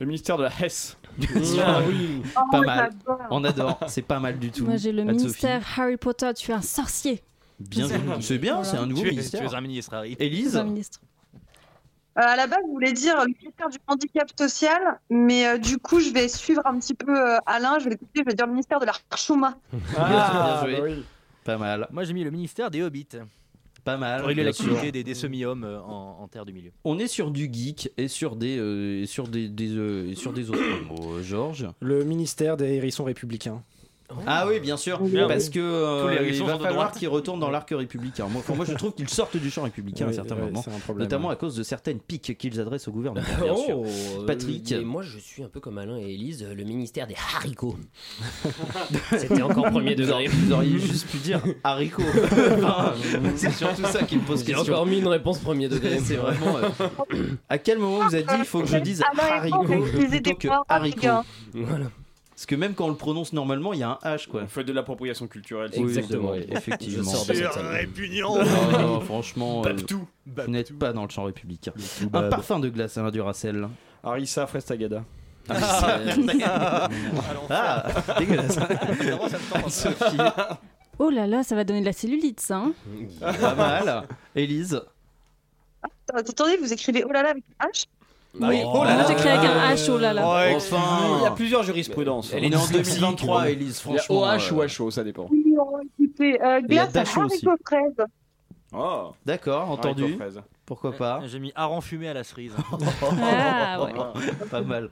S6: Le ministère de la Hesse.
S1: oui. Pas mal. On adore, c'est pas mal du tout.
S7: Oh, Moi j'ai le
S1: Anne-Sophie.
S7: ministère Harry Potter, tu es un sorcier.
S1: Bien joué. C'est bien, c'est un nouveau
S2: Tu es-
S1: ministère.
S2: tu es un ministre, Harry.
S1: Élise
S7: Un ministre.
S5: Euh, à la base, je voulais dire le critère du handicap social, mais euh, du coup, je vais suivre un petit peu euh, Alain, je vais l'écouter, je vais dire le ministère de la Chouma.
S2: Ah,
S1: bien joué. Pas mal.
S2: Moi, j'ai mis le ministère des Hobbits.
S1: Pas mal.
S2: Pour régler
S1: bien
S2: l'activité
S1: sûr.
S2: des, des semi-hommes euh, en, en terre du milieu.
S1: On est sur du geek et sur des, euh, et sur des, des, euh, et sur des autres mots. Euh, Georges
S11: Le ministère des hérissons républicains.
S1: Ah oui, bien sûr,
S11: Bien.
S1: parce que euh,
S11: Tous les
S1: il
S11: hérissons
S1: va
S11: sont de
S1: falloir
S11: droite.
S1: qu'ils retournent dans l'arc républicain. Moi, enfin, moi, je trouve qu'ils sortent du champ républicain à
S11: Oui,
S1: certains
S11: ouais,
S1: moments,
S11: c'est un problème,
S1: notamment
S11: ouais.
S1: à cause de certaines piques qu'ils adressent au gouvernement. Bien
S12: Oh,
S1: sûr.
S12: euh,
S1: Patrick,
S12: mais moi, je suis un peu comme Alain et Elise, le ministère des haricots. C'était encore premier
S1: Vous
S12: degré.
S1: auriez- Vous auriez juste pu dire haricot. Enfin, c'est surtout ça qui me pose
S12: J'ai
S1: question.
S12: encore mis une réponse premier degré.
S1: C'est vraiment. euh, À quel moment vous avez dit Ah, il faut que je dise
S5: Alain
S1: haricot
S5: et moi, on va utiliser des
S1: plutôt que
S5: poires, les
S1: haricot
S5: gars.
S1: Voilà. Parce que même quand on le prononce normalement, il y a un H quoi.
S6: On fait de l'appropriation culturelle.
S1: Oui, Exactement. ouais, effectivement.
S6: Je sors de cette
S1: C'est
S6: salle.
S1: répugnant. Non, non, franchement, euh,
S6: Babtou.
S1: Vous n'êtes pas dans le champ républicain. Un
S6: Bab.
S1: parfum de glace à Duracell.
S6: Arissa Frestagada.
S1: Ah, ah, dégueulasse. Sophie,
S7: Oh là là, ça va donner de la cellulite ça. hein.
S1: pas mal. Élise.
S5: Attendez, vous écrivez oh là là avec un H
S1: Bah Oui,
S7: oh là là. J'ai écrit avec un H, oh là là.
S1: Enfin.
S6: Oh, excuse-nous, il y a plusieurs jurisprudences.
S1: Elle est née en 2023, Élise, franchement,
S6: Il y a OH
S1: euh,
S6: ou HO, ça dépend.
S5: Oui, oh, écoutez, euh,
S1: Il y a
S5: glace à
S1: Dachau aussi.
S5: haricots fraises.
S1: Oh. D'accord, entendu.
S6: Haricot fraise.
S1: Pourquoi pas
S2: Euh, J'ai mis hareng fumé à la cerise.
S7: Ah, ouais.
S1: Pas mal.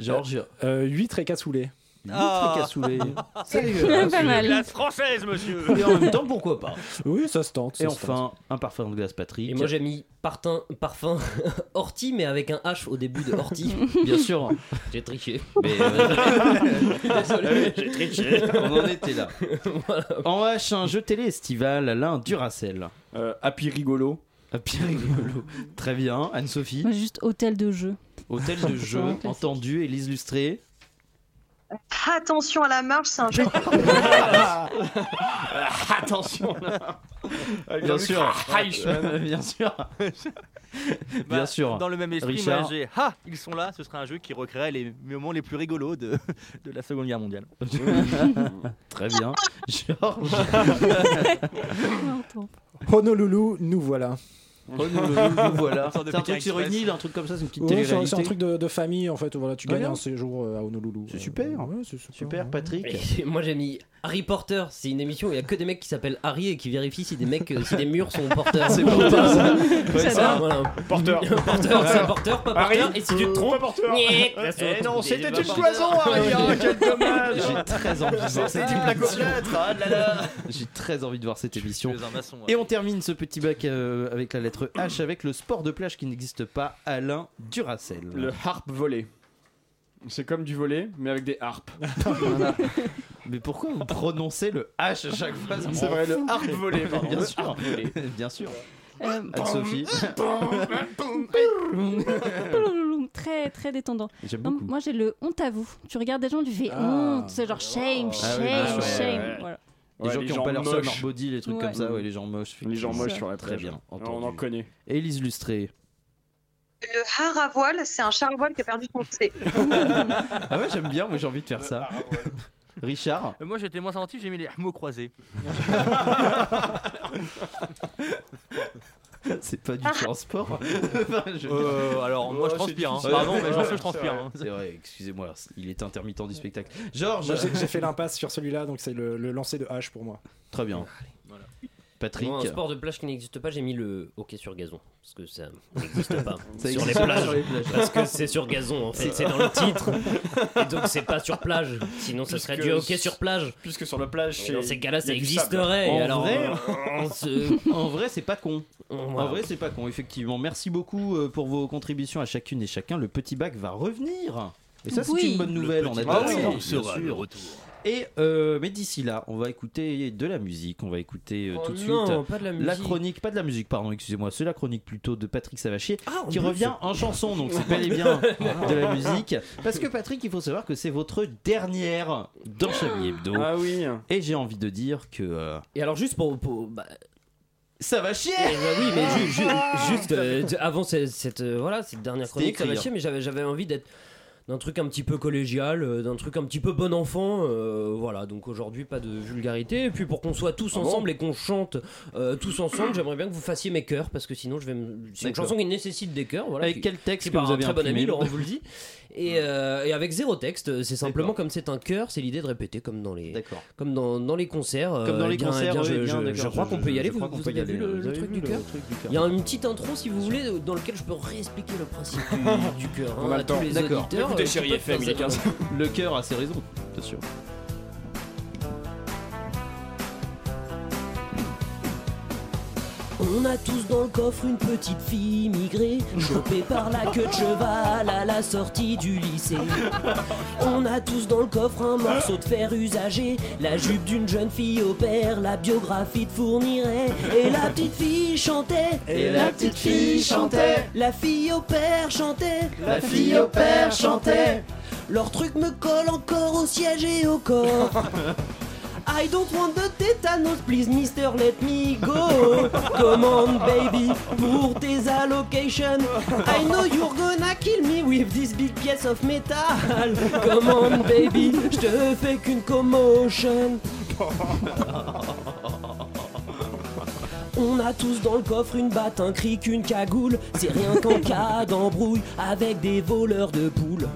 S1: Georges.
S11: Euh, huîtres et cassoulet.
S2: Il y a un truc à soulever.
S11: Ah.
S1: Pas
S11: hein,
S1: mal.
S2: glace française, monsieur.
S12: Et en même temps, pourquoi pas
S11: Oui, ça se tente.
S1: Et enfin, un parfum de glace, Patrick.
S12: Et moi j'ai mis partin, parfum ortie, mais avec un H au début de ortie.
S2: Bien sûr.
S12: J'ai triché.
S1: Mais, euh,
S12: Désolé, j'ai triché.
S1: On en était là. En H, un jeu télé estival, l'un Duracell.
S6: happy Rigolo.
S1: Happy Rigolo. Très bien. Anne-Sophie.
S7: Moi, juste hôtel de jeu.
S1: Hôtel de jeu,
S7: Ouais, classique.
S1: entendu, Élise Lustrée.
S5: Attention à la marche, c'est un Euh, jeu.
S2: Ah,
S1: Attention Bien Ah,
S2: Jean-Luc
S1: sûr.
S2: Ah,
S1: Ah,
S2: Reichmann.
S1: Bien sûr.
S2: Bah,
S1: Bien sûr.
S2: Dans le même esprit,
S1: Richard.
S2: moi, j'ai Ah, ils sont là, ce serait un jeu qui recréerait les moments les plus rigolos de, de la Seconde Guerre mondiale.
S1: Très bien. Georges.
S11: Honolulu, nous voilà.
S1: Honolulu, voilà.
S2: Sorte de
S1: C'est un truc
S2: Pékin
S1: sur une
S2: Express.
S1: île, un truc comme ça, c'est une petite
S11: Ouais, c'est un-
S1: télé-réalité.
S11: c'est un truc de, de famille en fait. où, Voilà, tu
S1: Ah
S11: gagnes
S1: bien.
S11: un séjour euh, à Honolulu. C'est super. c'est super.
S1: Super, Patrick.
S12: Et moi j'ai mis Harry Porter, c'est une émission où il n'y a que des mecs qui s'appellent Harry et qui vérifient si des mecs, euh, si des murs sont porteurs.
S1: C'est Porter, ça. Ouais,
S12: C'est
S1: ça.
S12: voilà.
S1: Porteur.
S12: Porteur, c'est porteur, pas
S1: Harry,
S12: porteur. Et si tu te
S1: euh,
S12: trompes,
S1: pas porteur.
S12: niaque,
S1: Eh
S12: la sauce.
S1: non,
S12: Et
S1: c'était
S12: pas
S1: une
S12: porteur.
S1: cloison, Harry, hein, quel dommage.
S12: J'ai
S1: très envie de voir cette émission. Ah, Oh J'ai très envie de voir cette émission.
S2: suis un maçon, ouais.
S1: Et on termine ce petit bac euh, avec la lettre H avec le sport de plage qui n'existe pas, Alain Duracel.
S6: Le harpe volé. C'est comme du volet, mais avec des harpes.
S1: Mais pourquoi vous prononcez le H à chaque fois ça me
S6: C'est
S1: rend
S6: vrai, le
S1: fou.
S6: harpe volé, pardon,
S1: Bien
S6: le
S1: sûr.
S6: harpe volé.
S1: Bien sûr.
S7: Euh,
S1: Anne-Sophie.
S7: très très détendant.
S1: J'aime
S7: Non,
S1: beaucoup.
S7: moi j'ai le honte à vous. Tu regardes des gens, tu fais honte, c'est genre shame,
S1: Ah
S7: shame,
S1: bien sûr.
S7: shame.
S1: Ouais, ouais.
S7: Voilà.
S1: Les
S6: Ouais,
S1: gens
S6: les
S1: qui n'ont
S6: gens
S1: pas leur seul,
S6: moches.
S1: leur body, les trucs
S7: Ouais.
S1: comme ça, ouais, les gens moches.
S6: Les gens
S1: effectivement.
S6: moches sur la
S1: Très
S6: plage.
S1: bien.
S6: On en connaît.
S1: Élise Lustrée.
S5: Le hare à voile, c'est un char à voile qui a perdu son C.
S1: Ah ouais, j'aime bien, moi j'ai envie de faire ça. Richard.
S2: Euh, Moi j'étais moins senti, j'ai mis les mots croisés.
S1: C'est pas du transport.
S2: Euh, alors, moi, je transpire, hein. Pardon, mais j'en sais, je transpire, hein.
S1: C'est vrai, excusez-moi, il est intermittent du spectacle. Georges.
S11: Moi, j'ai j'ai fait l'impasse sur celui-là, donc c'est le, le lancer de H pour moi.
S1: Très bien. Patrick.
S12: Moi, un sport de plage qui n'existe pas, j'ai mis le hockey sur gazon. Parce que ça n'existe pas.
S1: Ça
S12: sur,
S1: existe
S12: les
S1: pas
S12: plages,
S1: sur les plages.
S12: Parce que c'est sur gazon, en fait. C'est dans le titre. Et donc, c'est pas sur plage. Sinon, ça serait
S6: Puisque
S12: du hockey sur plage.
S6: Puisque sur la plage,
S12: Et dans
S6: c'est-
S12: ces cas-là,
S6: il y
S12: ça
S6: a du sable.
S12: existerait.
S1: En
S12: Et alors,
S1: vrai,
S12: euh, on se-
S1: En vrai, c'est pas con. En
S12: voilà.
S1: vrai, c'est pas con, effectivement. Merci beaucoup euh, pour vos contributions à chacune et chacun. Le petit bac va revenir. Et ça, c'est
S2: Oui.
S1: une bonne nouvelle.
S2: Le
S1: On
S2: petit
S1: a
S2: bac
S1: bien
S2: oui,
S1: sûr.
S2: sera de retour.
S1: Et euh, mais d'ici là, on va écouter de la musique. On va écouter euh,
S12: Oh
S1: tout de
S12: non,
S1: suite
S12: pas de la musique.
S1: chronique, pas de la musique, pardon, excusez-moi, c'est la chronique plutôt de Patrick Savachier
S12: en
S1: qui
S12: plus.
S1: revient en chanson. Donc c'est bel et bien de la musique. Parce que Patrick, il faut savoir que c'est votre dernière dans Chablis Hebdo.
S6: Ah oui.
S1: Et j'ai envie de dire que euh,
S12: Et alors, juste pour. pour- bah,
S1: ça va chier.
S12: Eh ben oui, mais ju- ju- juste euh, t- avant cette, cette, euh, voilà, cette dernière
S1: Ah. C'était
S12: chronique, ça m'a
S1: écrit,
S12: chier, mais j'avais, j'avais envie d'être d'un truc un petit peu collégial, euh, d'un truc un petit peu bon enfant. euh, voilà, donc aujourd'hui, pas de vulgarité. Et puis pour qu'on soit tous
S6: Ah bon
S12: ensemble et qu'on chante euh, tous ensemble, j'aimerais bien que vous fassiez mes chœurs, parce que sinon, je vais me... c'est une
S1: D'accord.
S12: chanson qui nécessite des chœurs. Voilà,
S1: Avec
S12: qui-
S1: quel texte
S12: qui est
S1: que
S12: par
S1: vous
S12: un
S1: avez
S12: très bon ami,
S1: imprimé
S12: Laurent vous le dit. Et, euh, et avec zéro texte, c'est simplement comme c'est un chœur, c'est l'idée de répéter comme dans les,
S1: D'accord.
S12: comme dans, dans les concerts. euh,
S1: Comme dans les
S12: eh bien, eh
S1: concerts,
S12: bien,
S1: ouais,
S12: je,
S1: bien,
S12: je- je
S1: d'accord,
S12: crois
S1: je-
S12: qu'on peut y
S1: je
S12: aller. Vous,
S1: crois qu'on
S12: vous
S1: peut y
S12: avez vu
S1: aller,
S12: le,
S1: vous
S12: le
S1: avez
S12: truc
S1: vu
S12: du
S1: le
S12: cœur
S1: truc du cœur.
S12: Il y a une petite intro, si vous voulez, dans lequel je peux réexpliquer le principe du, du cœur
S6: On
S12: hein,
S6: a
S12: à
S6: le temps.
S12: tous les
S1: D'accord.
S12: auditeurs.
S6: Écoutez,
S12: euh,
S6: chérie
S12: qui peuvent faire
S6: FM, il est
S12: ça.
S6: 15.
S1: le cœur a ses raisons, bien sûr.
S12: On a tous dans le coffre une petite fille migrée, chopée par la queue de cheval à la sortie du lycée. On a tous dans le coffre un morceau de fer usagé, la jupe d'une jeune fille au père, la biographie de Fourniret. Et la petite fille chantait,
S1: Et la petite fille chantait.
S12: la fille au père chantait,
S1: La fille au père chantait.
S12: Leur truc me colle encore au siège et au corps. I don't want the tétanos, please mister, let me
S2: Oh,
S12: go. Commande baby pour tes allocations. I know you're gonna kill me with this big piece of metal. Commande baby, je te fais qu'une commotion. On a tous dans le coffre une batte, un cric, une cagoule. C'est rien qu'en cas d'embrouille avec des voleurs de poules.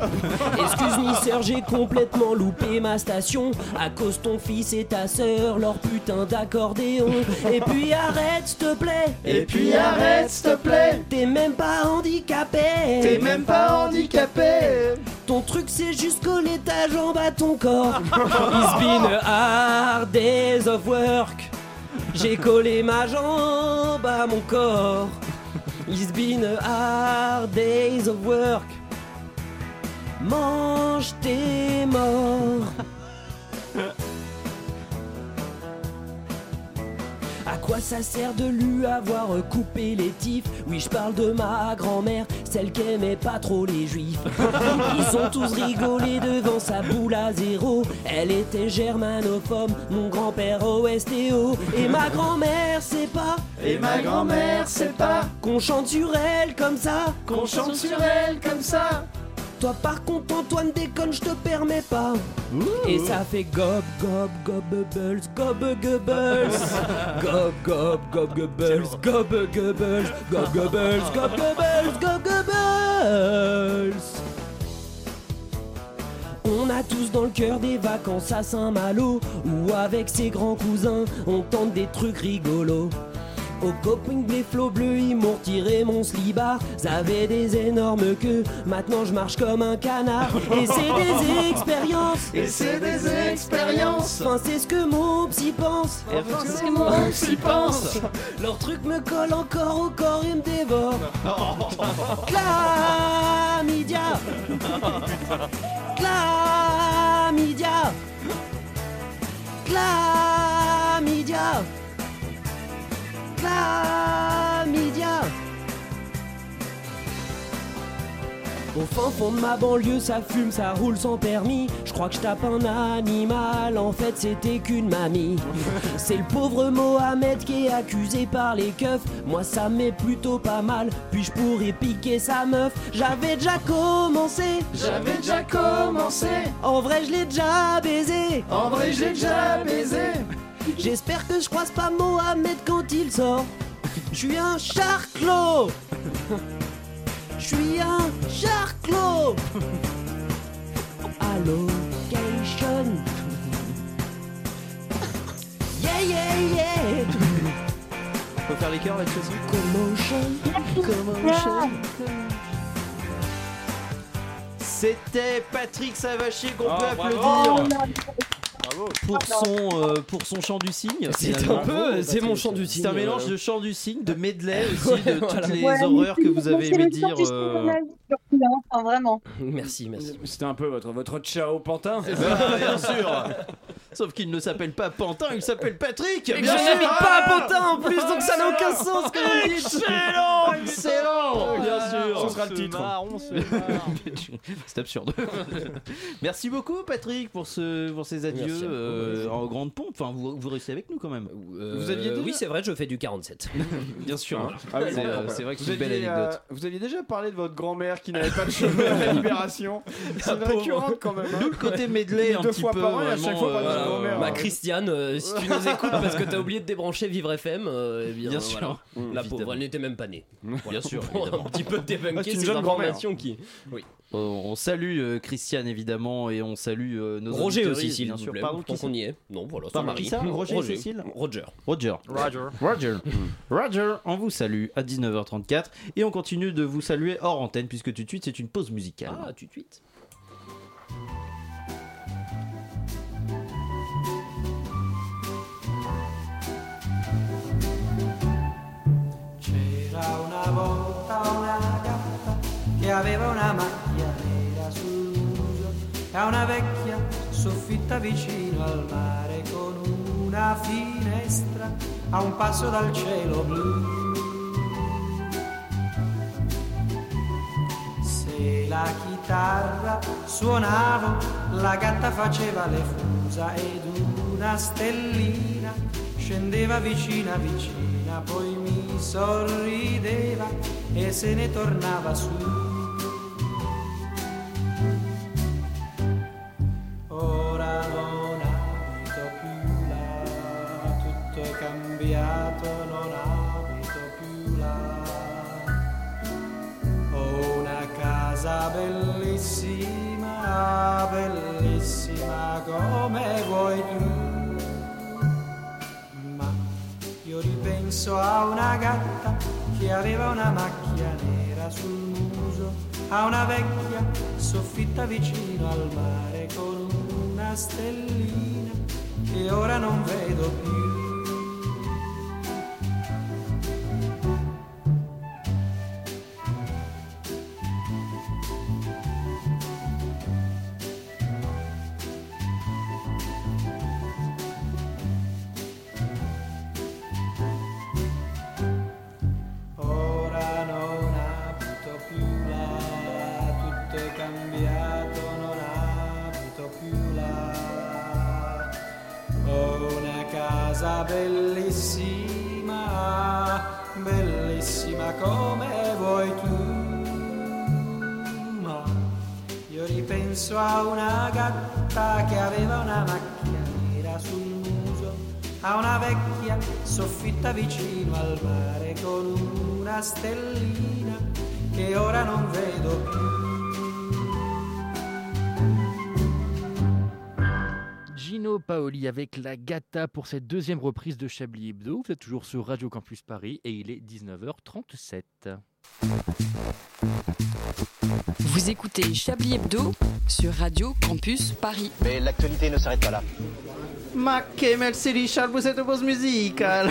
S12: Excuse-moi, sœur, j'ai complètement loupé ma station. À cause ton fils et ta sœur, leur putain d'accordéon. Et puis arrête, s'il te plaît.
S1: Et puis arrête, s'il te plaît.
S12: T'es même pas handicapé.
S1: handicapé.
S12: Ton truc c'est jusqu'au l'étage en bas de ton corps. It's been a hard days of work. J'ai collé ma jambe à mon corps. It's been a hard days of work. Mange tes morts. À quoi ça sert de lui avoir coupé les tifs Oui, je parle de ma grand-mère, celle qui aimait pas trop les juifs. Ils ont tous rigolé devant sa boule à zéro. Elle était germanophobe, mon grand-père OSTO. Et ma grand-mère, c'est pas.
S1: Et ma grand-mère, c'est pas.
S12: Qu'on chante sur elle comme ça.
S1: Qu'on chante sur elle comme ça.
S12: Toi, par contre, Antoine déconne, je te permets pas. Et ça fait gob, gob, gob, bubbles, gob, gubbles. gob, gob, gob, gubbles, gob, gubbles, gob, gubbles, gob, gubbles, gob, gubbles. On a tous dans le cœur des vacances à Saint-Malo, où avec ses grands cousins, on tente des trucs rigolos. Au coping des flots bleus, ils m'ont retiré mon slibard. J'avais des énormes queues, maintenant je marche comme un canard. Et c'est des expériences.
S1: Et c'est des expériences.
S12: Enfin, c'est ce que mon psy pense.
S1: Et enfin, c'est ce que mon psy pense.
S12: Leur truc me colle encore au corps et me dévore. Chlamydia. Chlamydia. Chlamydia. Chlamydia. Au fin fond de ma banlieue, ça fume, ça roule sans permis. Je crois que je tape un animal, en fait c'était qu'une mamie. C'est le pauvre Mohamed qui est accusé par les keufs. Moi ça m'est plutôt pas mal, puis je pourrais piquer sa meuf. J'avais déjà commencé,
S1: J'avais déjà commencé.
S12: en vrai je l'ai déjà baisé.
S1: En vrai, j'ai déjà baisé.
S12: J'espère que je croise pas Mohamed quand il sort. Je suis un charclos. Je suis un charclos. Allocation. Yeah yeah yeah.
S1: Faut faire les cœurs avec ce son.
S12: Commotion. Commotion.
S1: C'était Patrick Savachier qu'on
S6: Oh,
S1: peut
S6: bravo.
S1: applaudir pour son, euh, pour son chant du cygne.
S10: C'est un
S1: finalement.
S10: peu,
S1: Bravo,
S10: c'est mon
S1: Patrick.
S10: chant du
S1: C'est un
S10: cygne,
S1: mélange
S10: euh,
S1: de chant du cygne, de medley aussi,
S10: Ouais,
S1: de toutes
S10: voilà.
S1: les
S5: Ouais,
S1: horreurs que
S5: mais
S1: vous
S5: c'est-
S1: avez
S5: c'est le
S1: aimé
S5: sort
S1: dire.
S5: du
S1: euh,
S5: cinéma, surtout, hein. Enfin, vraiment.
S10: Merci, merci.
S6: C'était un peu votre, votre ciao pantin.
S1: Ah, bien sûr Sauf qu'il ne s'appelle pas Pantin, il s'appelle Patrick
S10: Et que je
S1: bien sûr. Ah
S10: n'habite pas à Pantin en plus, donc ça n'a aucun sens ce que vous dites.
S1: Excellent Excellent Bien sûr
S6: Ce sera le titre.
S1: C'est absurde. Merci beaucoup Patrick pour, ce, pour ces adieux
S10: Merci à vous.
S1: euh, en grande pompe. Enfin, vous, vous restez avec nous quand même. Euh,
S10: Vous aviez
S6: déjà-
S10: Oui, c'est vrai, je fais du 47.
S1: Bien sûr. hein.
S6: Ah oui,
S1: C'est,
S6: bon,
S1: euh,
S6: bon,
S1: c'est vrai que
S6: vous
S1: c'est une belle
S6: aviez, euh,
S1: anecdote.
S6: vous aviez déjà parlé de votre grand-mère qui n'avait pas de cheveux à la libération. C'est une
S1: Ah, pauvre.
S6: récurrente quand même. hein.
S1: Nous, le côté medley
S6: Mais
S1: un
S6: deux
S1: petit
S6: fois
S1: peu.
S6: par an et à chaque
S1: vraiment,
S6: fois par
S1: euh,
S6: notre grand-mère.
S10: Bah, Christiane, euh, si tu nous écoutes parce que t'as oublié de débrancher Vivre FM, euh, eh bien,
S1: Bien
S10: voilà.
S1: sûr.
S10: La
S1: Mm, Évidemment.
S10: pauvre, elle n'était même pas née. Voilà.
S1: sûr,
S10: Pour un
S1: évidemment.
S10: petit peu
S6: Ah, c'est
S10: débunker
S6: une
S10: ces
S6: jeune grand-mère.
S10: informations qui.
S1: On on salue euh, Christiane évidemment et on salue euh, nos
S10: Roger
S1: auditeurs,
S10: aussi, s'il
S1: bien
S10: vous
S1: sûr.
S10: plaît.
S1: Pardon,
S10: tant
S1: qui
S10: qu'on y est. Non, voilà,
S1: Pardon,
S10: son mari.
S1: qui ça Roger,
S10: Roger.
S1: Cécile
S10: Roger. Mm.
S1: Roger. Roger. Roger. Roger. On vous salue à 19h34 et on continue de vous saluer hors antenne puisque tout de suite c'est une pause musicale.
S10: Ah, tu tweets.
S13: C'era una volta una gatta che aveva una macchia nera sul muso e a una vecchia soffitta vicino al mare con una finestra a un passo dal cielo blu. Se la chitarra suonavo, la gatta faceva le fusa ed una stellina scendeva vicina vicina, poi mi sorrideva e se ne tornava su. Ora non abito più là, tutto è cambiato, non abito più là. Ho una casa bellissima, bellissima come vuoi tu. Ma io ripenso a una gatta che aveva una macchia nera sul muso a una vecchia soffitta vicino al mare con una stellina che ora non vedo più. Ora non abito più là, tutto è cambiato, non abito più là. Ho una casa bellissima, bellissima come vuoi tu. Ma io ripenso a una gatta che aveva una macchia nera sul muso, a una vecchia soffitta vicino al mare con una stellina che ora non vedo più.
S2: Gino Paoli avec la Gata pour cette deuxième reprise de Chablis Hebdo. Vous êtes toujours sur Radio Campus Paris et il est 19h37.
S8: Vous écoutez Chablis Hebdo sur Radio Campus Paris. Mais l'actualité ne s'arrête pas là.
S1: Ma che mel si Richard, vous êtes au Boss Musical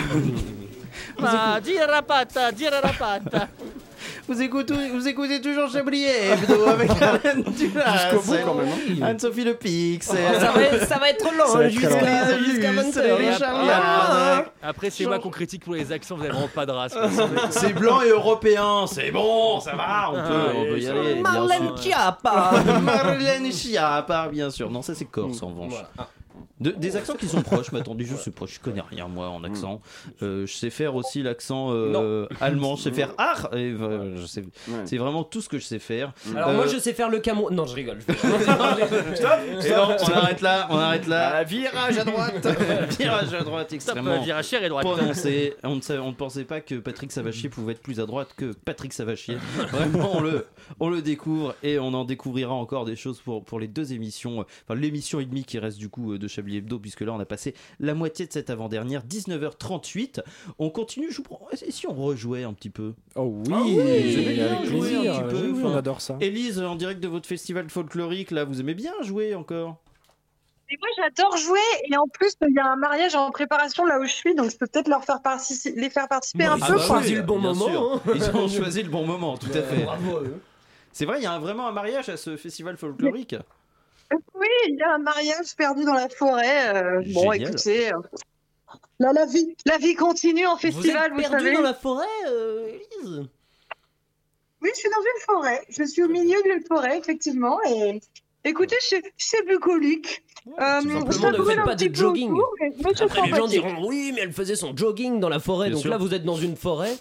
S2: Ma dire rapata, dire rapata
S1: Vous écoutez, vous écoutez toujours Chablis Hebdo avec Alain Duras.
S6: Jusqu'au bout, quand même, hein.
S1: Ah, Anne-Sophie Le Pix.
S10: Oh.
S12: Ça va être- ça va être long, hein, jusqu'à- jusqu'à 20 heures. Ah,
S2: Après, après, c'est moi qu'on critique pour les accents, vous avez vraiment pas de race. quoi.
S1: C'est blanc et européen, c'est bon, ça va, on peut,
S2: Ah,
S1: on peut y
S2: ça
S1: aller.
S2: va.
S1: bien
S12: Marlène
S1: sûr.
S12: Chiappa.
S1: Marlène Chiappa, bien sûr. Non, ça c'est Corse en revanche. De- des accents qui sont proches, mais attendez, je sais pas, je connais rien moi en accent. Euh, je sais faire aussi l'accent euh, allemand, je sais faire art, et, euh, je sais- c'est vraiment tout ce que je sais faire.
S12: Alors moi
S1: Euh,
S12: je sais faire le Cameroun. Non, je rigole.
S1: Et non, on arrête là, on arrête là. virage à droite, virage à Ah, droite extrêmement.
S2: Stop, virage cher et droite.
S1: prononcé. On ne, savait- on ne pensait pas que Patrick Savachier pouvait être plus à droite que Patrick Savachier. Vraiment, on le, on le découvre et on en découvrira encore des choses pour, pour les deux émissions, enfin l'émission et demie qui reste du coup euh, de Chablis Hebdo, puisque là on a passé la moitié de cette avant-dernière, 19h38. On continue, je vous prends- et si on rejouait un petit peu Ah
S11: Oh oui,
S1: J'aimais bien
S11: avec
S1: jouer
S11: plaisir.
S1: un petit peu,
S11: Oui, oui, on
S1: enfin,
S11: adore ça.
S1: Élise, en direct de votre festival folklorique, là, vous aimez bien jouer encore
S5: Mais moi, j'adore jouer et en plus, il y a un mariage en préparation là où je suis, donc je peux peut-être leur faire partici- les faire participer un
S1: Ah
S5: peu.
S1: bah
S5: quoi.
S1: oui, bien sûr.
S12: hein.
S1: Ils ont choisi le bon moment, tout à fait.
S12: Bravo à eux.
S1: C'est vrai, il y a un- vraiment un mariage à ce festival folklorique.
S5: Oui, il y a un mariage perdu dans la forêt. euh, bon,
S1: Génial.
S5: écoutez, euh, là, la vie, la vie continue en festival, vous,
S12: vous êtes perdu
S5: savez.
S12: dans la forêt, euh, Élise
S5: Oui, je suis dans une forêt. Je suis au milieu d'une forêt, effectivement. Et écoutez, je sais- je sais plus qu'au Luc. Euh,
S12: Simplement,
S5: ça
S12: ne
S5: brûle
S12: faites
S5: un
S12: pas
S5: petit
S12: de
S5: peu
S12: jogging.
S5: autour, mais- mais c'est
S12: Après, les gens
S5: sympathique.
S12: diront oh. oui, mais elle faisait son jogging dans la forêt.
S1: Bien
S12: donc
S1: sûr.
S12: là, vous êtes dans une forêt.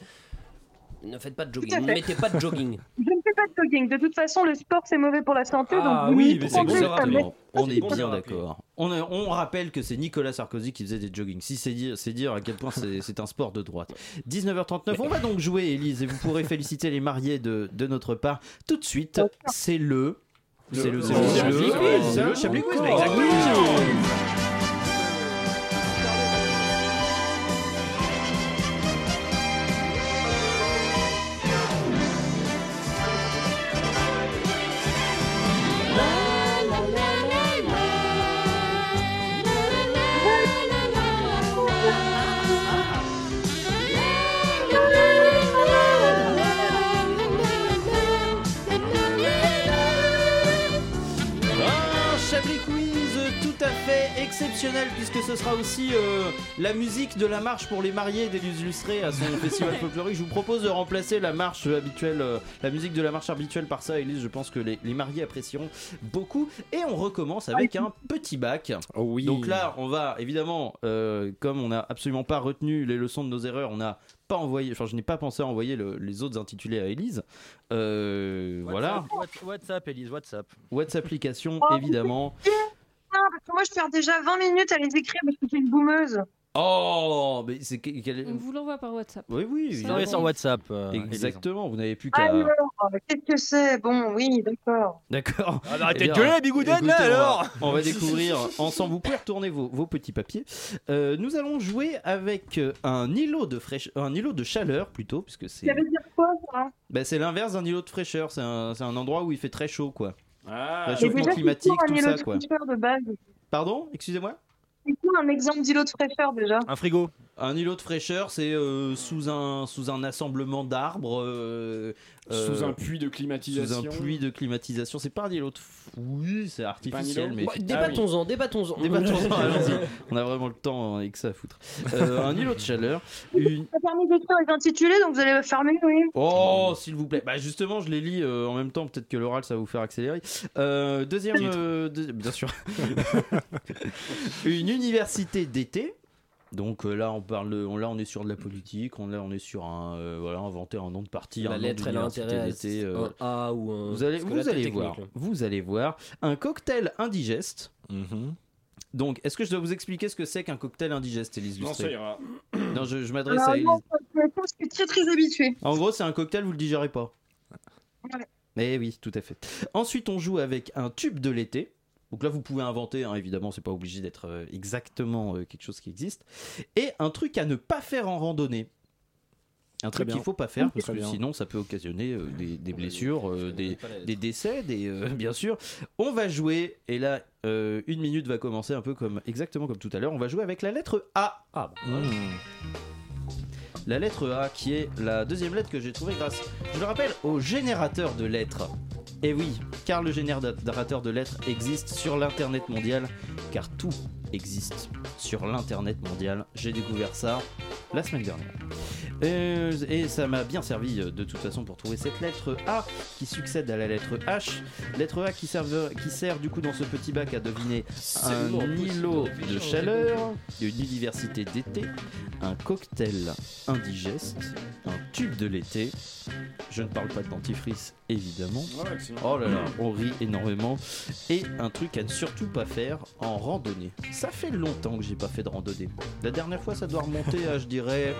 S12: Ne faites pas de jogging.
S5: Tout à
S12: Ne
S5: fait.
S12: mettez pas de jogging.
S5: Je ne fais pas de jogging. De toute façon, le sport, c'est mauvais pour la santé.
S12: Ah
S5: donc n'y
S1: c'est
S5: prenez pas.
S1: exactement. On est
S6: bon
S1: bien
S6: de rappeler.
S1: d'accord. On, est- on rappelle que c'est Nicolas Sarkozy qui faisait des joggings. Si c'est dire, c'est dire à quel point c'est c'est un sport de droite. 19h39, on va donc jouer, Élise, et vous pourrez féliciter les mariés de, de notre part. Tout de suite, c'est le. C'est le, c'est le, c'est le,
S6: Chablis
S1: c'est le-
S6: Quiz.
S1: c'est le Chablis Quiz, mais
S6: Encore.
S1: exactement. Un Chablis Quiz tout à fait exceptionnel puisque ce sera aussi euh, la musique de la marche pour les mariés des illustrés à son festival folklorique. Je vous propose de remplacer la marche habituelle, euh, la musique de la marche habituelle par ça, Elise. Je pense que les, les mariés apprécieront beaucoup. Et on recommence avec un petit bac.
S11: oui.
S1: Donc là, on va évidemment, euh, comme on n'a absolument pas retenu les leçons de nos erreurs, on n'a pas envoyé, enfin je n'ai pas pensé à envoyer le- les autres intitulés à Elise. Euh, voilà.
S2: What- WhatsApp, Elise, WhatsApp.
S1: What's application évidemment.
S5: Non, parce que moi, je perds déjà 20 minutes à les écrire parce que j'ai une boumeuse.
S1: Oh, mais c'est que- quel-
S7: On vous l'envoie par WhatsApp.
S1: Oui, oui,
S7: C'est
S1: oui.
S7: un bon.
S14: WhatsApp. euh,
S1: Exactement, vous n'avez plus qu'à.
S5: Ah Alors, euh, qu'est-ce que c'est Bon, oui, d'accord.
S1: D'accord.
S14: Ah, bah, arrêtez
S1: Eh
S14: de
S1: bien,
S14: gueuler, Bigouden, là,
S1: écoutez, on va-
S14: alors
S1: On va découvrir ensemble. Vous pouvez retourner vos, vos petits papiers. Euh, nous allons jouer avec euh, un îlot de fraîche, un îlot de chaleur plutôt, puisque c'est.
S5: Ça veut dire quoi, ça
S1: Bah, c'est l'inverse d'un îlot de fraîcheur. C'est un, c'est un endroit où il fait très chaud, quoi.
S14: Ah.
S5: Mais
S1: Réchauffement
S5: déjà, c'est
S1: climatique,
S5: quoi un
S1: tout
S5: îlot
S1: ça,
S5: de
S1: quoi.
S5: fraîcheur de base
S1: Pardon Excusez-moi
S5: C'est quoi un exemple d'îlot de fraîcheur déjà
S1: Un frigo. Un îlot de fraîcheur, c'est euh, sous, un, sous un assemblement d'arbres. euh,
S6: Sous
S1: euh,
S6: un puits de climatisation.
S1: Sous un puits de climatisation. C'est pas un îlot de. f- Oui, c'est artificiel,
S6: îlot
S1: mais. Ah
S6: Bah,
S10: débattons-en, débattons-en.
S1: Débattons-en, allons-y. On a vraiment le temps hein, avec ça à foutre. Euh, un îlot de chaleur. Une...
S5: Ça permet d'écrire les intitulés, donc vous allez fermer, oui.
S1: Oh, s'il vous plaît. Bah justement, je les lis euh, en même temps. Peut-être que l'oral, ça va vous faire accélérer. Euh, deuxième, euh, deuxi- bien sûr. Une université d'été. Donc euh, là, on parle, de- on, là, on est sur de la politique. On, là, on est sur un, euh, voilà, inventer un nom de parti,
S10: La
S1: un nom
S10: lettre, elle a
S1: d'université
S10: intérêt à-
S1: d'été, euh,
S10: un A ou un-
S1: Vous allez,
S10: parce que
S1: vous
S10: là, t'es
S1: allez
S10: technique,
S1: voir.
S10: là.
S1: Vous allez voir un cocktail indigeste. Donc, est-ce que je dois vous expliquer ce que c'est qu'un cocktail indigeste, Élise
S6: Non,
S1: Lustré
S6: ça ira.
S1: Non, je, je m'adresse
S5: Alors,
S1: à Élise.
S5: non, je pense que je suis très très habitué.
S1: En gros, c'est un cocktail, vous le digérez pas. Eh oui, tout à fait. Ensuite, on joue avec un tube de l'été. Donc là, vous pouvez inventer, hein, évidemment, c'est pas obligé d'être euh, exactement euh, quelque chose qui existe. Et un truc à ne pas faire en randonnée. Un
S11: Très
S1: truc
S11: bien.
S1: qu'il faut pas faire, parce
S11: Très
S1: que
S11: bien.
S1: sinon ça peut occasionner euh, des, des blessures, euh, des, des décès, des, euh, bien sûr. On va jouer, et là, euh, une minute va commencer un peu comme exactement comme tout à l'heure, on va jouer avec la lettre A.
S11: Ah,
S1: Mmh. La lettre A, qui est la deuxième lettre que j'ai trouvée grâce, je le rappelle, au générateur de lettres. Et oui, car le générateur de lettres existe sur l'internet mondial, car tout existe sur l'internet mondial. J'ai découvert ça la semaine dernière. Euh, Et ça m'a bien servi euh, de toute façon pour trouver cette lettre A qui succède à la lettre H. Lettre A qui, serve- qui sert du coup dans ce petit bac à deviner un
S14: bon,
S1: îlot
S14: possible.
S1: de chaleur, une université d'été, un cocktail indigeste, un tube de l'été. Je ne parle pas de dentifrice évidemment.
S6: Ouais, excellent.
S1: oh là là, on rit énormément. Et un truc à ne surtout pas faire en randonnée. Ça fait longtemps que j'ai pas fait de randonnée. La dernière fois, ça doit remonter à, je dirais,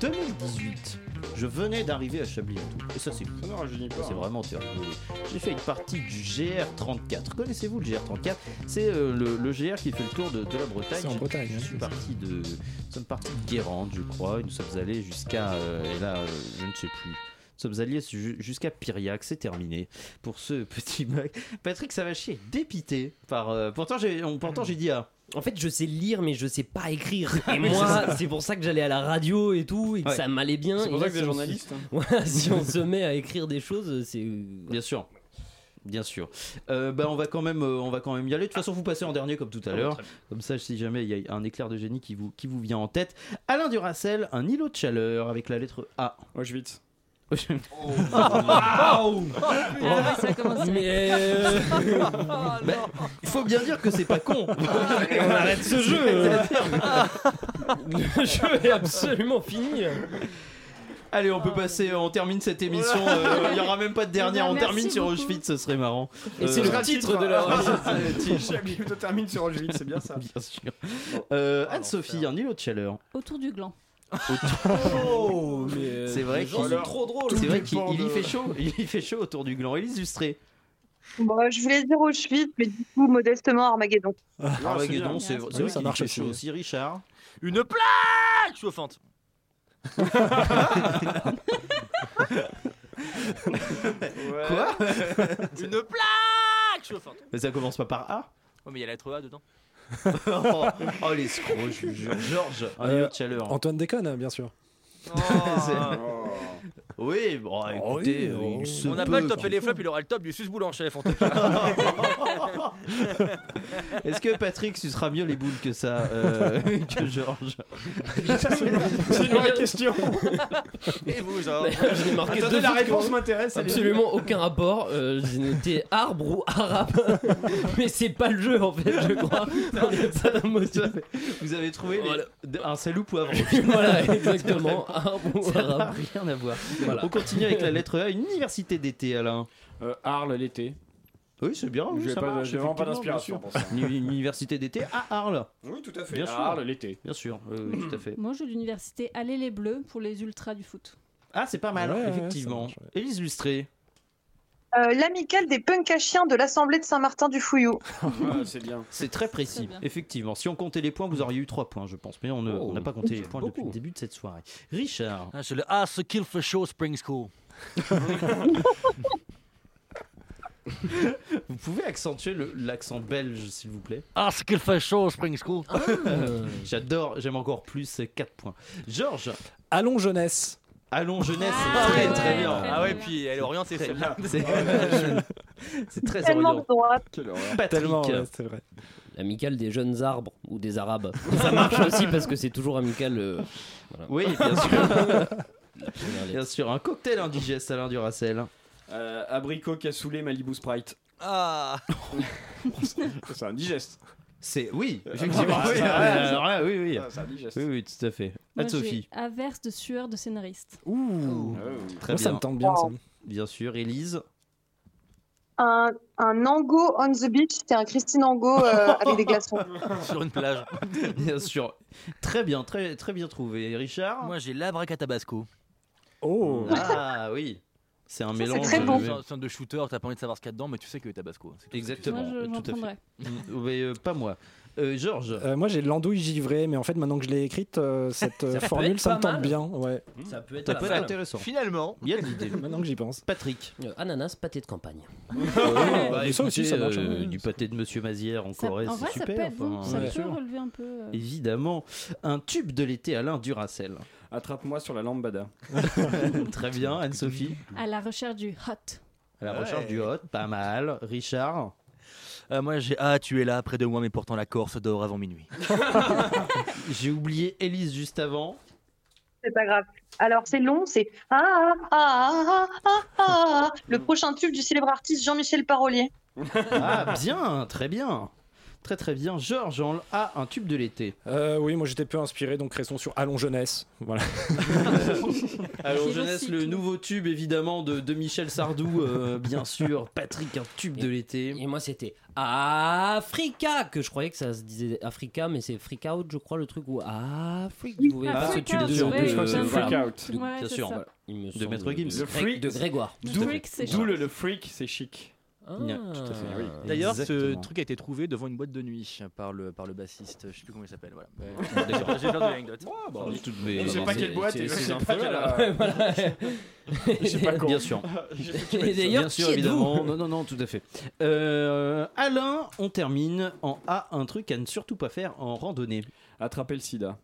S1: 2018. Je venais d'arriver à Chablis en tout. Et ça, c'est
S6: Ça ne rajeunit pas,
S1: C'est
S6: hein.
S1: vraiment terrible. Oui, oui. J'ai fait une partie du GR34. Connaissez-vous le GR34 C'est euh, le, le GR qui fait le tour de, de la Bretagne.
S11: C'est en Bretagne,
S1: Je
S11: hein,
S1: suis
S11: c'est
S1: parti de. Nous sommes partis de Guérande, je crois. et Nous sommes allés jusqu'à. euh, et là, euh, je ne sais plus. Nous sommes allés ju- jusqu'à Piriac, c'est terminé pour ce petit mec. Patrick Savachier est dépité par. euh, pourtant, j'ai on- pourtant, j'ai dit ah.
S14: En fait, je sais lire, mais je sais pas écrire.
S10: Et moi, c'est pour ça que j'allais à la radio et tout, et que
S14: Ouais.
S10: ça m'allait bien.
S14: C'est pour
S10: Et
S14: ça
S10: là,
S14: que t'es
S10: si on se-
S14: journaliste, hein.
S10: Voilà, si on se met à écrire des choses, c'est. euh,
S1: Bien sûr. Bien sûr. Euh, bah, on va quand même, euh, on va quand même y aller. De toute façon, vous passez en dernier comme tout à
S14: Ah,
S1: l'heure.
S14: très bien.
S1: Comme ça, si jamais il y a un éclair de génie qui vous, qui vous vient en tête. Alain Duracel, un îlot de chaleur avec la lettre A. Oh.
S6: Auschwitz.
S1: ça
S10: commence. Mais euh,
S1: Bah, Il faut bien dire que c'est pas con.
S10: on arrête ce jeu.
S1: Le jeu est absolument fini. Allez, on peut passer, on termine cette émission. euh, Il n'y aura même pas de dernière.
S6: Eh ben,
S1: On termine
S6: merci
S1: sur
S6: beaucoup.
S1: Auschwitz, ce serait marrant.
S6: Et c'est
S1: Euh,
S6: le titre de la.
S1: Ah, c'est le titre.
S6: Chablis Hebdo termine sur Auschwitz, c'est bien ça.
S1: Bien sûr. Euh, Anne-Sophie, un îlot de chaleur.
S7: Autour du gland.
S10: Oh, mais euh,
S1: c'est vrai
S10: les gens
S1: qu'il-
S10: sont trop drôles.
S1: C'est
S10: Tout
S1: vrai qu'il
S10: dépend
S1: il y
S10: de-
S1: fait chaud. Il y fait chaud autour du gland. Il est illustré.
S5: Bon, euh, je voulais dire Auschwitz, mais du coup, modestement, Armageddon.
S10: Ah,
S1: Armageddon,
S14: c'est
S1: c'est
S14: bien.
S1: c'est
S14: Oui,
S1: vrai
S14: ça
S1: qu'il
S14: marche
S1: fait
S14: aussi.
S1: chaud aussi, Richard.
S14: Une plaque chauffante.
S1: Quoi
S14: Une plaque chauffante.
S1: Mais ça commence pas par A.
S14: Ouais, mais il y a la lettre A dedans.
S1: oh, oh, les escrocs, je vous jure. Ah, euh, Georges, un îlot de chaleur.
S11: Euh, Antoine déconne, hein, bien sûr.
S1: C'est- Oui, bon, écoutez, euh, il se
S14: On n'a
S1: peut
S14: pas le top
S1: qu'il-
S14: et les flops, il aura le top du susboule en chef. en tout cas.
S1: Est-ce que Patrick sucera mieux les boules que ça, euh, que Georges
S6: C'est une vraie question.
S14: Et vous, genre
S10: Je l'ai marqué
S6: Attendez,
S10: deux
S6: la
S10: autres
S6: réponse
S10: fois.
S6: m'intéresse, allez-y.
S10: Absolument aucun rapport. Euh, J'ai noté arbre ou arabe. Mais c'est pas le jeu en fait, je crois. On est pas dans le mot.
S1: Vous avez trouvé les- de- un salou poivre.
S10: Voilà, exactement. Arbre ou
S1: Ça n'a
S10: arabe.
S1: rien à voir.
S10: Voilà.
S1: On continue avec la lettre A, une université d'été, Alain.
S6: Euh, Arles l'été.
S1: Oui, c'est bien. oui,
S6: J'ai
S1: ça
S6: pas-
S1: marche,
S6: j'ai vraiment
S1: effectivement,
S6: pas
S1: bien
S6: d'inspiration
S1: sûr.
S6: pour ça.
S1: Une une université d'été à Arles.
S6: Oui, tout à fait.
S1: Bien
S6: À
S1: sûr.
S6: Arles, l'été. Mm.
S1: Bien sûr, oui, oui, tout à fait.
S7: Moi, j'ai l'université Aller les Bleus pour les ultras du foot.
S1: Ah, c'est pas mal,
S11: Ouais, ouais,
S1: effectivement. Élise Lustré.
S5: Euh, L'amicale des punks à chiens de l'Assemblée de Saint-Martin-du-Fouillot.
S6: c'est bien.
S1: C'est très précis,
S5: bien.
S1: effectivement. Si on comptait les points, vous auriez eu 3 points, je pense. Mais on ne- on n'a pas compté les
S2: j'aime
S1: points depuis le début de cette soirée. Richard.
S2: Ah, c'est le Ah, ce qu'il fait chaud, Spring School.
S1: Vous pouvez accentuer le- l'accent belge, s'il vous plaît.
S2: Ah, ce qu'il fait chaud, Spring School.
S1: Ah.
S2: Euh,
S1: J'adore, j'aime encore plus 4 points. Georges.
S11: Allons jeunesse.
S1: Allons jeunesse,
S15: Ah
S1: très
S15: ouais,
S1: très bien.
S15: Ah ouais, puis elle est orientée
S1: Très
S15: celle-là.
S1: bien. C'est- C'est très
S5: Tellement
S1: orienté.
S5: de droite.
S1: Patrick.
S10: Tellement,
S1: ouais,
S11: c'est vrai.
S10: L'amicale des jeunes arbres ou des arabes. Ça marche aussi parce que c'est toujours amical. euh, voilà.
S1: Oui, bien sûr. bien sûr, un cocktail indigeste Alain Duracel.
S6: Euh, abricot, cassoulet, Malibu Sprite.
S15: Ah
S6: C'est un digeste.
S1: C'est oui, effectivement.
S6: Ah,
S1: oui,
S6: ça,
S1: ah,
S6: ça.
S1: ah, oui, oui.
S6: Ah, ça digeste.
S1: oui, oui, tout à fait.
S7: Moi,
S1: Anne Sophie.
S7: j'ai Averse de sueur de scénariste.
S11: Ouh.
S1: Très
S11: Moi, ça
S1: bien.
S11: me tente bien, ça.
S1: Bien sûr, Élise.
S5: Un, un Ango on the beach, c'était un Christine Ango euh, avec des glaçons.
S2: Sur une plage.
S1: bien sûr. Très bien, très, très bien trouvé. Et Richard
S2: Moi, j'ai l'abracatabasco.
S11: Oh
S1: Ah oui. C'est un mélange.
S2: C'est
S1: de-
S2: un centre de shooter, t'as pas envie de savoir ce qu'il y a dedans, mais tu sais que tabasco. c'est tout ce que tu
S1: Exactement.
S2: sais.
S7: j'en
S1: tout à
S7: prendrais.
S1: fait. Mm, mais, euh, pas moi. Euh, Georges.
S11: Euh, moi j'ai de l'andouille givrée, mais en fait maintenant que je l'ai écrite, euh, cette euh,
S1: Ça peut
S11: formule
S1: être
S11: ça me
S1: pas
S11: tente
S1: mal. Mmh.
S11: bien. Ouais.
S10: Hmm. Ça peut être
S1: Ça peut être
S10: pas mal.
S1: intéressant.
S15: Finalement,
S1: il y a de l'idée.
S11: Maintenant que j'y pense.
S1: Patrick.
S10: Euh, ananas, pâté de campagne.
S1: Bah,
S11: mais ça aussi, ça
S1: écoutez,
S11: marche,
S1: euh,
S11: hein.
S1: du pâté de Monsieur Mazière en
S7: Ça-
S1: Corrèze,
S7: en vrai,
S1: c'est
S7: ça
S1: super.
S7: peut être bon.
S1: enfin,
S7: ça
S1: ouais.
S7: peut relever un peu. euh,
S1: Évidemment. Un tube de l'été Alain Duracel.
S6: Attrape-moi sur la lambada.
S1: Très bien, Anne-Sophie.
S7: À la recherche du hot.
S1: À la recherche du hot, pas mal. Richard.
S2: Euh, moi, j'ai Ah, tu es là, près de moi, mais pourtant la Corse dort avant minuit.
S1: J'ai oublié Élise juste avant.
S5: C'est pas grave. Alors c'est long, c'est ah ah ah ah ah. Le prochain tube du célèbre artiste Jean-Michel Parolier.
S1: Ah, bien, très bien. Très très bien. Georges en a un tube de l'été.
S11: Euh, oui, moi j'étais peu inspiré, donc restons sur Allons jeunesse. Voilà.
S1: Alors
S11: Qui
S1: Ah, jeunesse,
S11: recycle.
S1: le nouveau tube évidemment de, de Michel Sardou, euh, bien sûr. Patrick, un tube de l'été.
S10: Et moi c'était Africa que je croyais que ça se disait Africa mais c'est Freak Out je crois le truc où Africa vous voyez pas ce
S7: Freak
S10: tube
S7: Out,
S10: de,
S7: ouais,
S10: de-
S7: je crois que c'est
S10: de-
S7: Freak
S10: voilà.
S6: Out.
S10: De-
S7: Ouais,
S1: Bien
S7: c'est
S1: sûr,
S7: ça.
S1: voilà.
S10: bah, il me
S1: De
S10: semble,
S1: Maître Gims.
S10: de, Gré- de Grégoire
S7: Le
S10: Tout à fait.
S7: freak, c'est
S6: D'où le, le freak, c'est chic.
S10: Ah.
S1: Yeah, tout à fait.
S10: Oui.
S2: D'ailleurs, ce
S1: Exactement.
S2: truc a été trouvé devant une boîte de nuit par le, par le bassiste. Je sais plus comment il s'appelle. Voilà.
S1: D'accord.
S2: J'ai peur de l'anecdote.
S1: bah,
S2: Sans
S1: toutes
S2: doute.
S1: mes-
S6: Je sais
S1: bah,
S6: pas
S1: c'est-
S6: quelle boîte
S1: c'est-
S6: et je
S1: c'est
S6: sais
S1: un
S6: pas
S1: peu,
S6: quelle-
S1: là.
S10: Ouais, voilà.
S6: Je sais pas con.
S1: Bien sûr.
S10: Et d'ailleurs,
S1: Bien sûr,
S10: qui êtes-vous
S1: évidemment. Non, non, non, tout à fait. Euh, Alain, on termine en A, un truc à ne surtout pas faire en randonnée.
S6: Attraper le sida.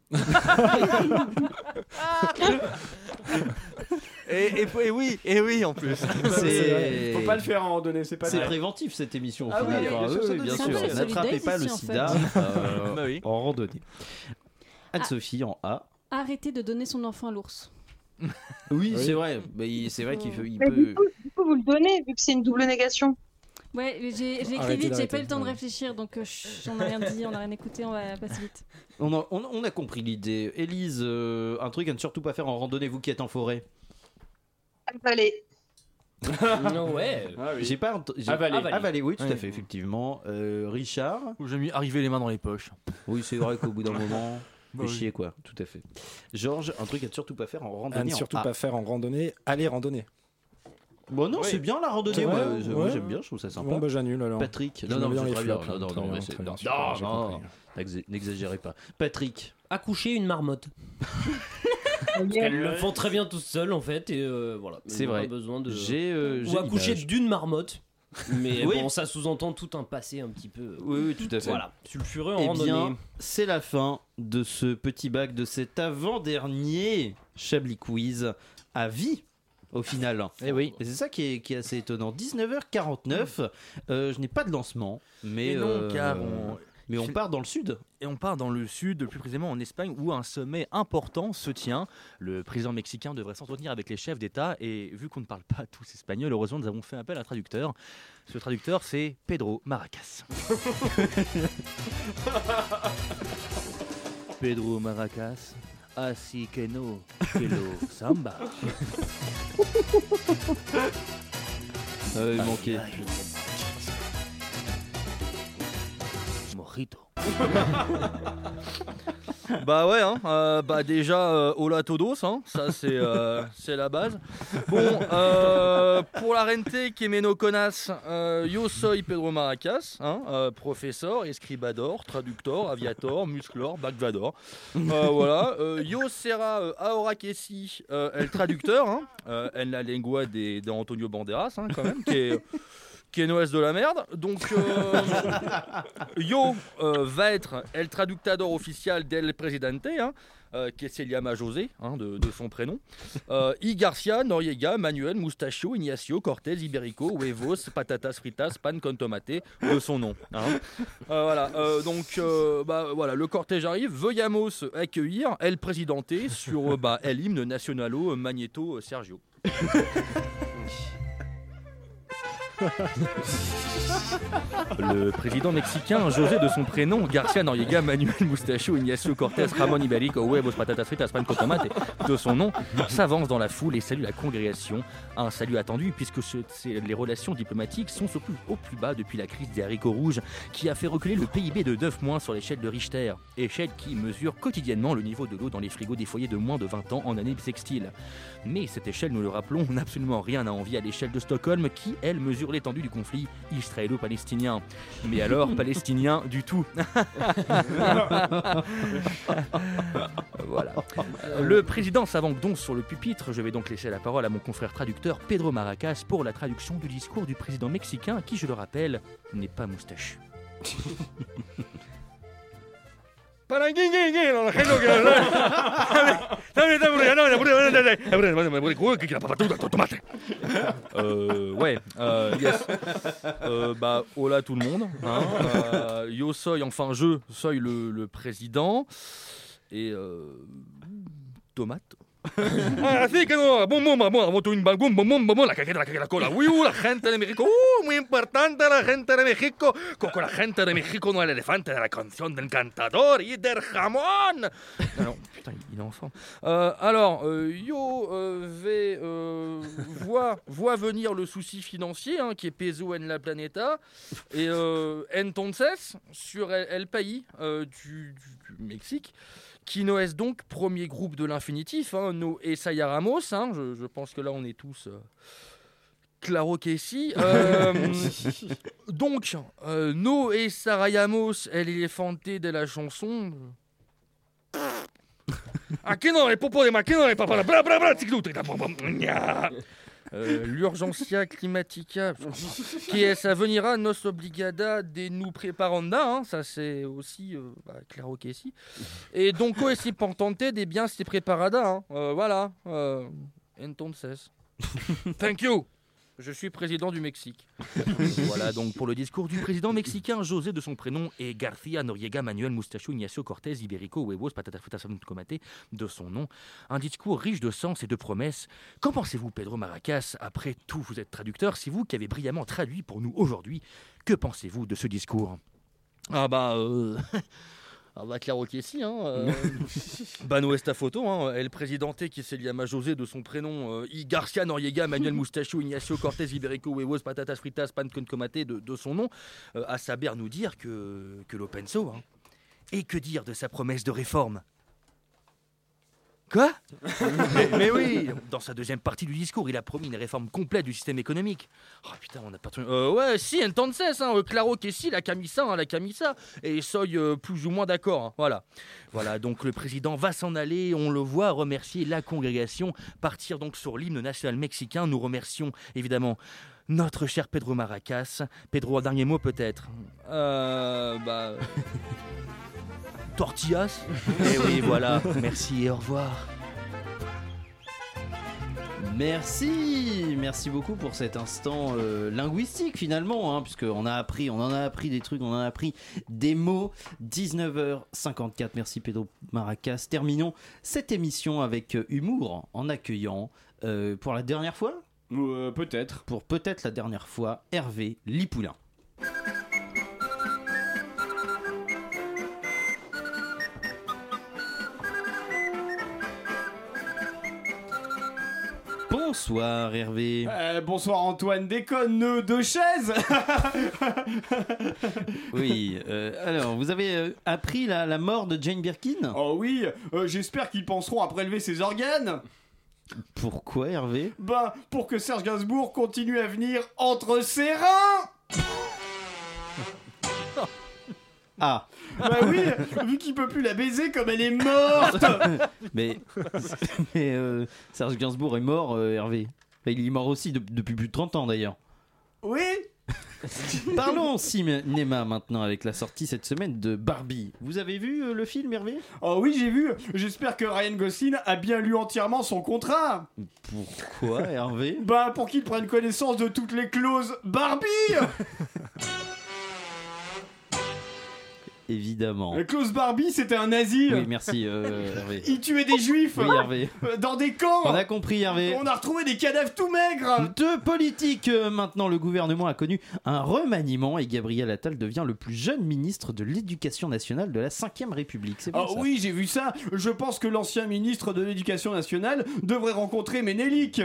S15: et, et, et oui, et oui en plus.
S1: C'est-
S6: Faut pas le faire en randonnée, c'est pas
S1: C'est
S6: vrai.
S1: préventif cette émission. au
S6: Ah
S1: final.
S6: oui, oui,
S1: Enfin,
S6: bien sûr, ça doit
S1: bien
S6: être
S1: sûr.
S6: un peu
S1: N'attrapez
S7: solidaire
S1: pas le
S7: ici, en fait.
S1: sida euh,
S15: Bah oui.
S1: en randonnée. Anne-Sophie en A.
S7: Arrêter de donner son enfant à l'ours.
S1: Oui, c'est vrai. Bah, il- c'est vrai qu'il faut- il
S5: Mais du
S1: peut.
S5: coup, du coup, vous le donnez vu que c'est une double négation.
S7: Ouais, j'ai- j'ai écrit
S1: Arrêtez
S7: vite, j'ai
S1: d'arrêter,
S7: pas eu le temps de
S1: ouais.
S7: réfléchir, donc euh, chut, on a rien dit, on a rien écouté, on va passer vite.
S1: On a, on- on a compris l'idée. Élise, euh, un truc à ne surtout pas faire en randonnée, vous qui êtes en forêt.
S5: Allez.
S10: Non, ouais.
S6: Ah
S1: J'ai pas ent- j'ai-
S6: Avaler.
S1: Avaler. oui, tout à
S2: Oui.
S1: fait, effectivement. Euh, Richard.
S2: Où j'ai mis arriver les mains dans les poches.
S1: Oui, c'est vrai qu'au bout d'un moment.
S2: Bah
S1: fait
S2: oui.
S1: chier, quoi, tout à fait. Georges, un truc à ne surtout pas faire en
S11: À ne
S1: randonnée. en
S11: surtout
S1: A.
S11: pas faire en randonnée, aller randonnée.
S1: Ah. Bon, non,
S6: Oui.
S1: c'est bien la randonnée.
S11: Ouais,
S1: moi, euh, moi,
S11: ouais.
S1: j'aime bien, je trouve ça sympa.
S11: Bon bah j'annule alors.
S1: Patrick,
S11: Je
S1: non,
S11: mets
S1: non,
S11: bien
S1: c'est
S11: les
S1: très
S11: fleurs,
S1: bien,
S11: là,
S1: non, non,
S11: très
S1: non,
S11: bien,
S1: mais c'est-
S11: très
S1: non,
S11: bien, super, j'ai
S1: non,
S11: compris.
S1: n'exé- n'exagérez pas. Patrick,
S10: accoucher une marmotte. Elles le font très bien toutes seules en fait et euh, voilà. Elles
S1: c'est
S10: n'ont
S1: vrai.
S10: Pas besoin de.
S1: J'ai, euh, j'ai
S10: Ou accoucher
S1: l'image.
S10: d'une marmotte. Mais
S1: Oui.
S10: bon, ça sous-entend tout un passé un petit peu. euh,
S1: Oui, oui, tout à fait.
S10: Voilà, sulfureux en
S1: Eh
S10: randonnée.
S1: bien, c'est la fin de ce petit bac de cet avant-dernier Chablis Quiz à vie. Au final.
S10: Eh
S1: Et oui. c'est ça qui est, qui est assez étonnant. 19h49, euh, je n'ai pas de lancement, mais.
S2: Mais non,
S1: euh,
S2: car on-
S1: Mais on
S2: je-
S1: part dans le sud.
S2: Et on part dans le sud, plus précisément en Espagne, où un sommet important se tient. Le président mexicain devrait s'entretenir avec les chefs d'État. Et vu qu'on ne parle pas tous espagnol, heureusement, nous avons fait appel à un traducteur. Ce traducteur, c'est Pedro Maracas. Pedro Maracas, así que no, que lo samba.
S1: Ah, il manquait.
S2: burrito. bah ouais, hein, euh, bah déjà, euh, hola todos, hein, ça c'est euh, c'est la base. Bon, euh, pour la rente que meno conas, euh, yo soy Pedro Maracas, hein, euh, professeur, escribador, traductor, aviator, musclor, bagvador. Euh, voilà, euh, yo sera euh, ahora que si, euh, el traducteur, hein, euh, en la lengua de, de Antonio Banderas, hein, quand même, qui est qui est Noël de la merde. Donc, euh, Yo euh, va être el traductador official del presidente, hein, euh, qui est Celia Majosé, hein, de, de son prénom. Euh, I. Garcia, Noriega, Manuel, Mustachio, Ignacio, Cortez, Iberico, Huevos, Patatas Fritas, Pan con Tomate, de son nom. hein. Euh, voilà, euh, donc euh, bah, voilà, le cortège arrive. Veuillamos accueillir El Presidente sur euh, bah, El hymne nationalo Magneto euh, Sergio. Le président mexicain, José de son prénom, Garcia Noriega, Manuel Mustachio, Ignacio Cortés, Ramon Ibarico, Huevos Patatas Fritas, Pan con Tomate, de son nom, s'avance dans la foule et salue la congrégation. Un salut attendu puisque ce- c'est- les relations diplomatiques sont au plus, au plus bas depuis la crise des haricots rouges qui a fait reculer le PIB de 9 mois sur l'échelle de Richter, échelle qui mesure quotidiennement le niveau de l'eau dans les frigos des foyers de moins de 20 ans en année sextile. Mais cette échelle, nous le rappelons, n'a absolument rien à envier à l'échelle de Stockholm qui, elle, mesure l'étendue du conflit israélo-palestinien. Mais alors, palestinien du tout. voilà. Le président s'avance donc sur le pupitre. Je vais donc laisser la parole à mon confrère traducteur Pedro Maracas pour la traduction du discours du président mexicain qui, je le rappelle, n'est pas moustachu. Euh, ouais, euh, yes. Euh, bah, hola tout le monde. hein. Euh, yo soy, enfin je soy le, le président. Et euh, tomate. Así Ah, que no, bum, bum, bum, bum, bum, bum, bum, bum, bum, la caqueta, la caqueta, la cola. Uy, uh, la gente de México, uh, muy importante la gente de México. Con con la gente de México, no el elefante de la canción del cantador y del jamón. Alors, putain, il est en forme. Euh, alors, euh, yo euh, vais euh, voir, voir venir le souci financier hein, qui est peso en la planeta et euh, entonces sur el, el país euh, du, du- du Mexique. Qui no es donc premier groupe de l'infinitif, hein, no Esaya Ramos. hein, je, je pense que là on est tous euh, claro que si. Euh, donc, euh, No et Sarayamos, El Elefante de la chanson. Ah, Aquí no hay popo de ma, aquí no hay papa, bla, bla, bla, tic-tic, tic-tac, pom, pom, gna. Euh, L'urgencia climatica, qui est à venira nos obligada de nous preparanda, hein, ça c'est aussi euh, bah, claro que si. Et donc, o si pentante des biens si preparada, hein, euh, voilà, euh, entonces. Thank you. Je suis président du Mexique. voilà donc pour le discours du président mexicain José de son prénom et García Noriega Manuel Mustacho Ignacio Cortés Iberico Huevos Patatas Fritas Pan Comate de son nom. Un discours riche de sens et de promesses. Qu'en pensez-vous Pedro Maracas Après tout, vous êtes traducteur, c'est vous qui avez brillamment traduit pour nous aujourd'hui. Que pensez-vous de ce discours Ah bah... euh, Ah bah claro que si, hein. euh, Bano esta photo, hein, elle présidenté qui s'est lié à Majosé de son prénom, euh, I. Garcia Noriega, Manuel Mustachio, Ignacio Cortés, Iberico, Huevos, Patatas Fritas, Pan con Comate de, de son nom, euh, à saber nous dire que, que l'Openso. Hein. Et que dire de sa promesse de réforme Quoi mais, mais oui, dans sa deuxième partie du discours, il a promis une réforme complète du système économique. Oh putain, on n'a pas tenu. Euh, ouais, si, entences, hein, euh, claro que si, la camisa, hein, la camisa. Et soy euh, plus ou moins d'accord, hein, voilà. Voilà, donc le président va s'en aller, on le voit remercier la congrégation, partir donc sur l'hymne national mexicain. Nous remercions évidemment notre cher Pedro Maracas. Pedro, un dernier mot peut-être Euh, bah. Tortillas Eh oui, voilà, merci et au revoir.
S15: Merci, merci beaucoup pour cet instant euh, linguistique finalement, hein, puisque on a appris, on en a appris des trucs, on en a appris des mots. 19h54, merci Pedro Maracas. Terminons cette émission avec euh, humour en accueillant euh, pour la dernière fois,
S6: euh, peut-être,
S15: pour peut-être la dernière fois, Hervé Lipoulin.
S1: Bonsoir Hervé.
S6: Euh, bonsoir Antoine déconne de chaise
S1: Oui, euh, alors vous avez euh, appris la, la mort de Jane Birkin
S6: Oh oui, euh, j'espère qu'ils penseront à prélever ses organes
S1: Pourquoi Hervé
S6: Bah, pour que Serge Gainsbourg continue à venir entre ses reins
S1: Ah
S6: Bah oui, vu qu'il peut plus la baiser comme elle est morte
S1: Mais, mais, euh, Serge Gainsbourg est mort, euh, Hervé. Bah, il est mort aussi de- depuis plus de 30 ans d'ailleurs.
S6: Oui
S1: Parlons cinéma maintenant avec la sortie cette semaine de Barbie. Vous avez vu euh, le film Hervé
S6: Oh oui, j'ai vu J'espère que Ryan Gosling a bien lu entièrement son contrat
S1: Pourquoi Hervé
S6: Bah, pour qu'il prenne connaissance de toutes les clauses Barbie
S1: Évidemment.
S6: La clause Barbie, c'était un nazi
S1: Oui, merci euh, Hervé.
S6: Il tuait des juifs
S1: Oui, Hervé.
S6: Euh, Dans des camps
S1: On a compris, Hervé.
S6: On a retrouvé des cadavres tout maigres
S1: De politique euh, maintenant, le gouvernement a connu un remaniement et Gabriel Attal devient le plus jeune ministre de l'Éducation nationale de la 5ème République. C'est bon,
S6: Ah
S1: ça
S6: oui, j'ai vu ça Je pense que l'ancien ministre de l'Éducation nationale devrait rencontrer Ménélique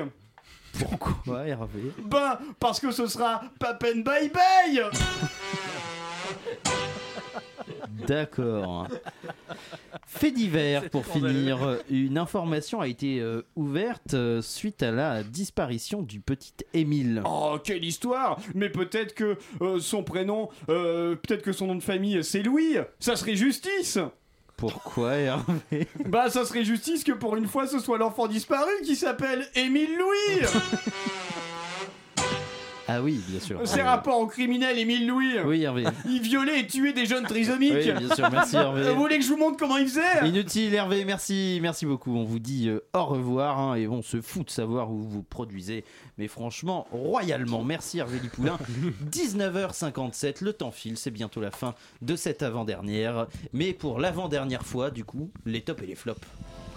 S1: Quoi, Hervé
S6: Ben, parce que ce sera Papen Bye Bye
S1: D'accord. Fait divers pour finir. Une information a été euh, ouverte euh, suite à la disparition du petit Émile.
S6: Oh, quelle histoire Mais peut-être que euh, son prénom, euh, peut-être que son nom de famille, c'est Louis Ça serait justice
S1: Pourquoi Hervé
S6: Bah, ça serait justice que pour une fois, ce soit l'enfant disparu qui s'appelle Émile Louis
S1: Ah oui, bien sûr.
S6: Ses rapports au criminel Émile Louis
S1: Oui, Hervé.
S6: Il violait et tuait des jeunes trisomiques
S1: Oui, bien sûr, merci, Hervé.
S6: Vous voulez que je vous montre comment il faisait
S1: Inutile Hervé, merci, merci beaucoup. On vous dit euh, au revoir hein, et on se fout de savoir où vous produisez. Mais franchement, royalement, merci Hervé Lipoulin. 19h57, le temps file, c'est bientôt la fin de cette avant-dernière. Mais pour l'avant-dernière fois, du coup, les tops et les flops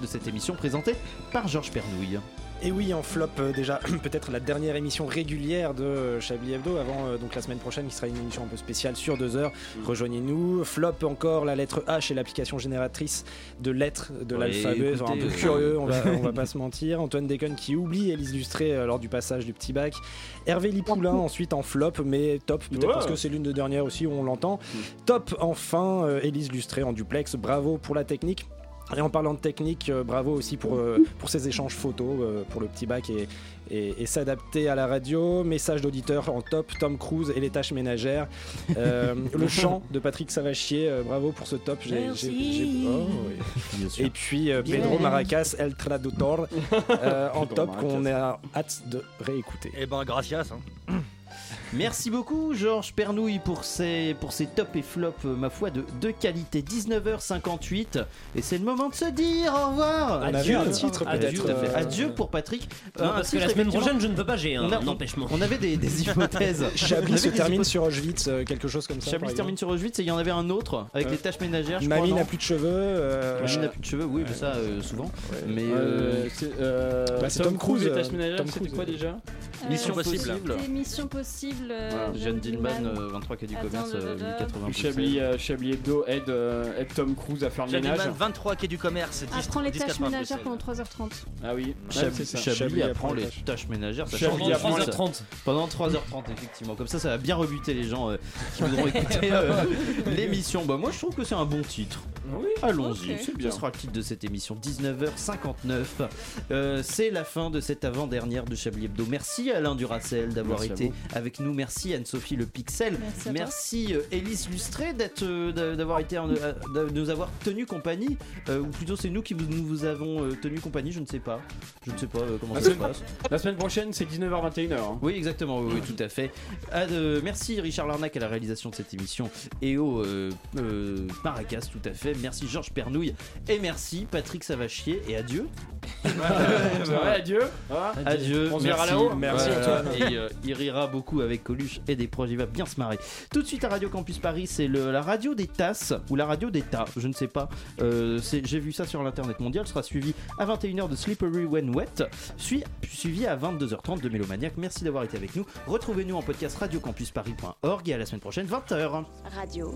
S1: de cette émission présentée par Georges Pernouille.
S11: Et oui, en flop euh, déjà, peut-être la dernière émission régulière de euh, Chablis Hebdo avant euh, donc la semaine prochaine qui sera une émission un peu spéciale sur deux heures.
S1: Mm.
S11: Rejoignez-nous. Flop encore la lettre H et l'application génératrice de lettres de
S1: Ouais,
S11: l'alphabet.
S1: écoutez,
S11: Un peu
S1: euh,
S11: curieux, on va, on va pas se mentir. Antoine Déconne qui oublie Élise Lustré euh, lors du passage du petit bac. Hervé Lipoulin ensuite en flop, mais top, peut-être
S6: Ouais.
S11: parce que c'est l'une des dernières aussi où on l'entend. Top enfin, euh, Élise Lustré en duplex. Bravo pour la technique. Et en parlant de technique, euh, bravo aussi pour, euh, pour ces échanges photos, euh, pour le petit bac et, et- et s'adapter à la radio. Message d'auditeur en top, Tom Cruise et les tâches ménagères. Euh, le chant de Patrick Savachier, euh, bravo pour ce top. J'ai- j'ai-
S1: Merci.
S11: j'ai- oh, oui.
S1: Bien sûr.
S11: Et puis euh,
S1: Bien.
S11: Pedro Maracas, El Traductor, euh, en
S2: Pedro
S11: top
S2: Maracas.
S11: qu'on a hâte de réécouter.
S2: Eh ben, gracias. hein.
S1: Merci beaucoup Georges Pernouille pour ces, pour ces tops et flops, euh, ma foi, de, de qualité. 19h58 et c'est le moment de se dire au revoir.
S11: On avait Adieu. un titre,
S1: Adieu,
S11: peut-être,
S1: tout à fait.
S11: euh,
S1: Adieu pour Patrick. Euh,
S10: Non, parce que la semaine prochaine, je ne peux pas, j'ai un
S1: empêchement. On avait des, des hypothèses. On
S11: Chablis
S1: avait
S11: se
S1: des
S11: termine sur Auschwitz, euh, quelque chose comme ça.
S1: Chablis
S11: par
S1: se termine sur Auschwitz et il y en avait un autre avec
S11: Euh,
S1: les tâches ménagères. je
S11: Mamie
S1: crois,
S11: n'a
S1: non
S11: plus de cheveux. euh,
S1: Mamie n'a plus de cheveux, oui, mais ça euh, souvent. Mais
S11: Euh,
S6: c'est,
S11: bah, c'est Tom Cruise,
S6: et
S11: euh,
S6: Tâches ménagères,
S11: Tom
S6: c'était
S11: Cruise,
S6: quoi
S11: ouais.
S6: déjà
S1: Mission
S11: Euh,
S1: possible.
S7: Des missions possibles. euh,
S1: Voilà.
S7: Jeanne
S1: Jeanne Dillman,
S7: Dillman.
S1: euh, 23 quai du
S7: Attends,
S1: commerce, euh,
S7: blablabla.
S1: 1080.
S6: Chablis, euh, Chablis Hebdo aide, euh, aide Tom Cruise à faire le
S2: J'ai
S6: ménage.
S2: 23 quai du commerce. 10,
S7: Apprends Ah, les
S2: 10,
S7: tâches
S2: 80,
S7: ménagères
S2: Bruxelles.
S7: pendant 3h30.
S6: Ah oui,
S1: Chab-
S6: Ouais, c'est ça.
S1: Chablis, apprend les tâches ménagères. ça
S6: Chablis
S1: change.
S6: apprend les-
S1: Pendant 3h30, effectivement. Comme ça, ça va bien rebuter les gens euh, qui voudront écouter euh, l'émission. Bah, moi, je trouve que c'est un bon titre. Allons-y,
S6: ok. C'est bien.
S1: ce sera le titre de cette émission 19h59. Euh, c'est la fin de cette avant-dernière de Chablis Hebdo. Merci Alain Duracel d'avoir
S6: Merci à
S1: été avec nous. Merci Anne-Sophie Le Pixel.
S6: Merci à toi.
S1: Merci euh, Élise Lustré d'être, euh, d'a- d'avoir été, en- euh, de nous avoir tenu compagnie. Euh, ou plutôt, c'est nous qui vous, nous vous avons euh, tenu compagnie. Je ne sais pas. Je ne sais pas euh, comment
S6: La
S1: ça se
S6: semaine-
S1: passe.
S6: La semaine prochaine, c'est 19h21h.
S1: Oui, exactement, oui, oui, tout à fait. Ah, euh, merci Richard Larnac à la réalisation de cette émission et au euh, euh, Maracas, tout à fait. Merci Georges Pernouille et merci Patrick Savachier et adieu.
S6: Ouais, adieu. Ah.
S1: Adieu,
S6: On se verra
S1: merci,
S6: là-haut.
S1: Voilà. Et euh, il rira beaucoup avec Coluche et des proches, il va bien se marrer. Tout de suite à Radio Campus Paris, c'est le- la radio des tasses ou la radio des tas, je ne sais pas. Euh, c'est- J'ai vu ça sur l'internet mondial, sera suivi à 21h de Slippery When Wet, suis- suivi à 22h30 de Mélomaniac. Merci d'avoir été avec nous. Retrouvez-nous en podcast radiocampusparis.org et à la semaine prochaine, 20h.
S16: Radio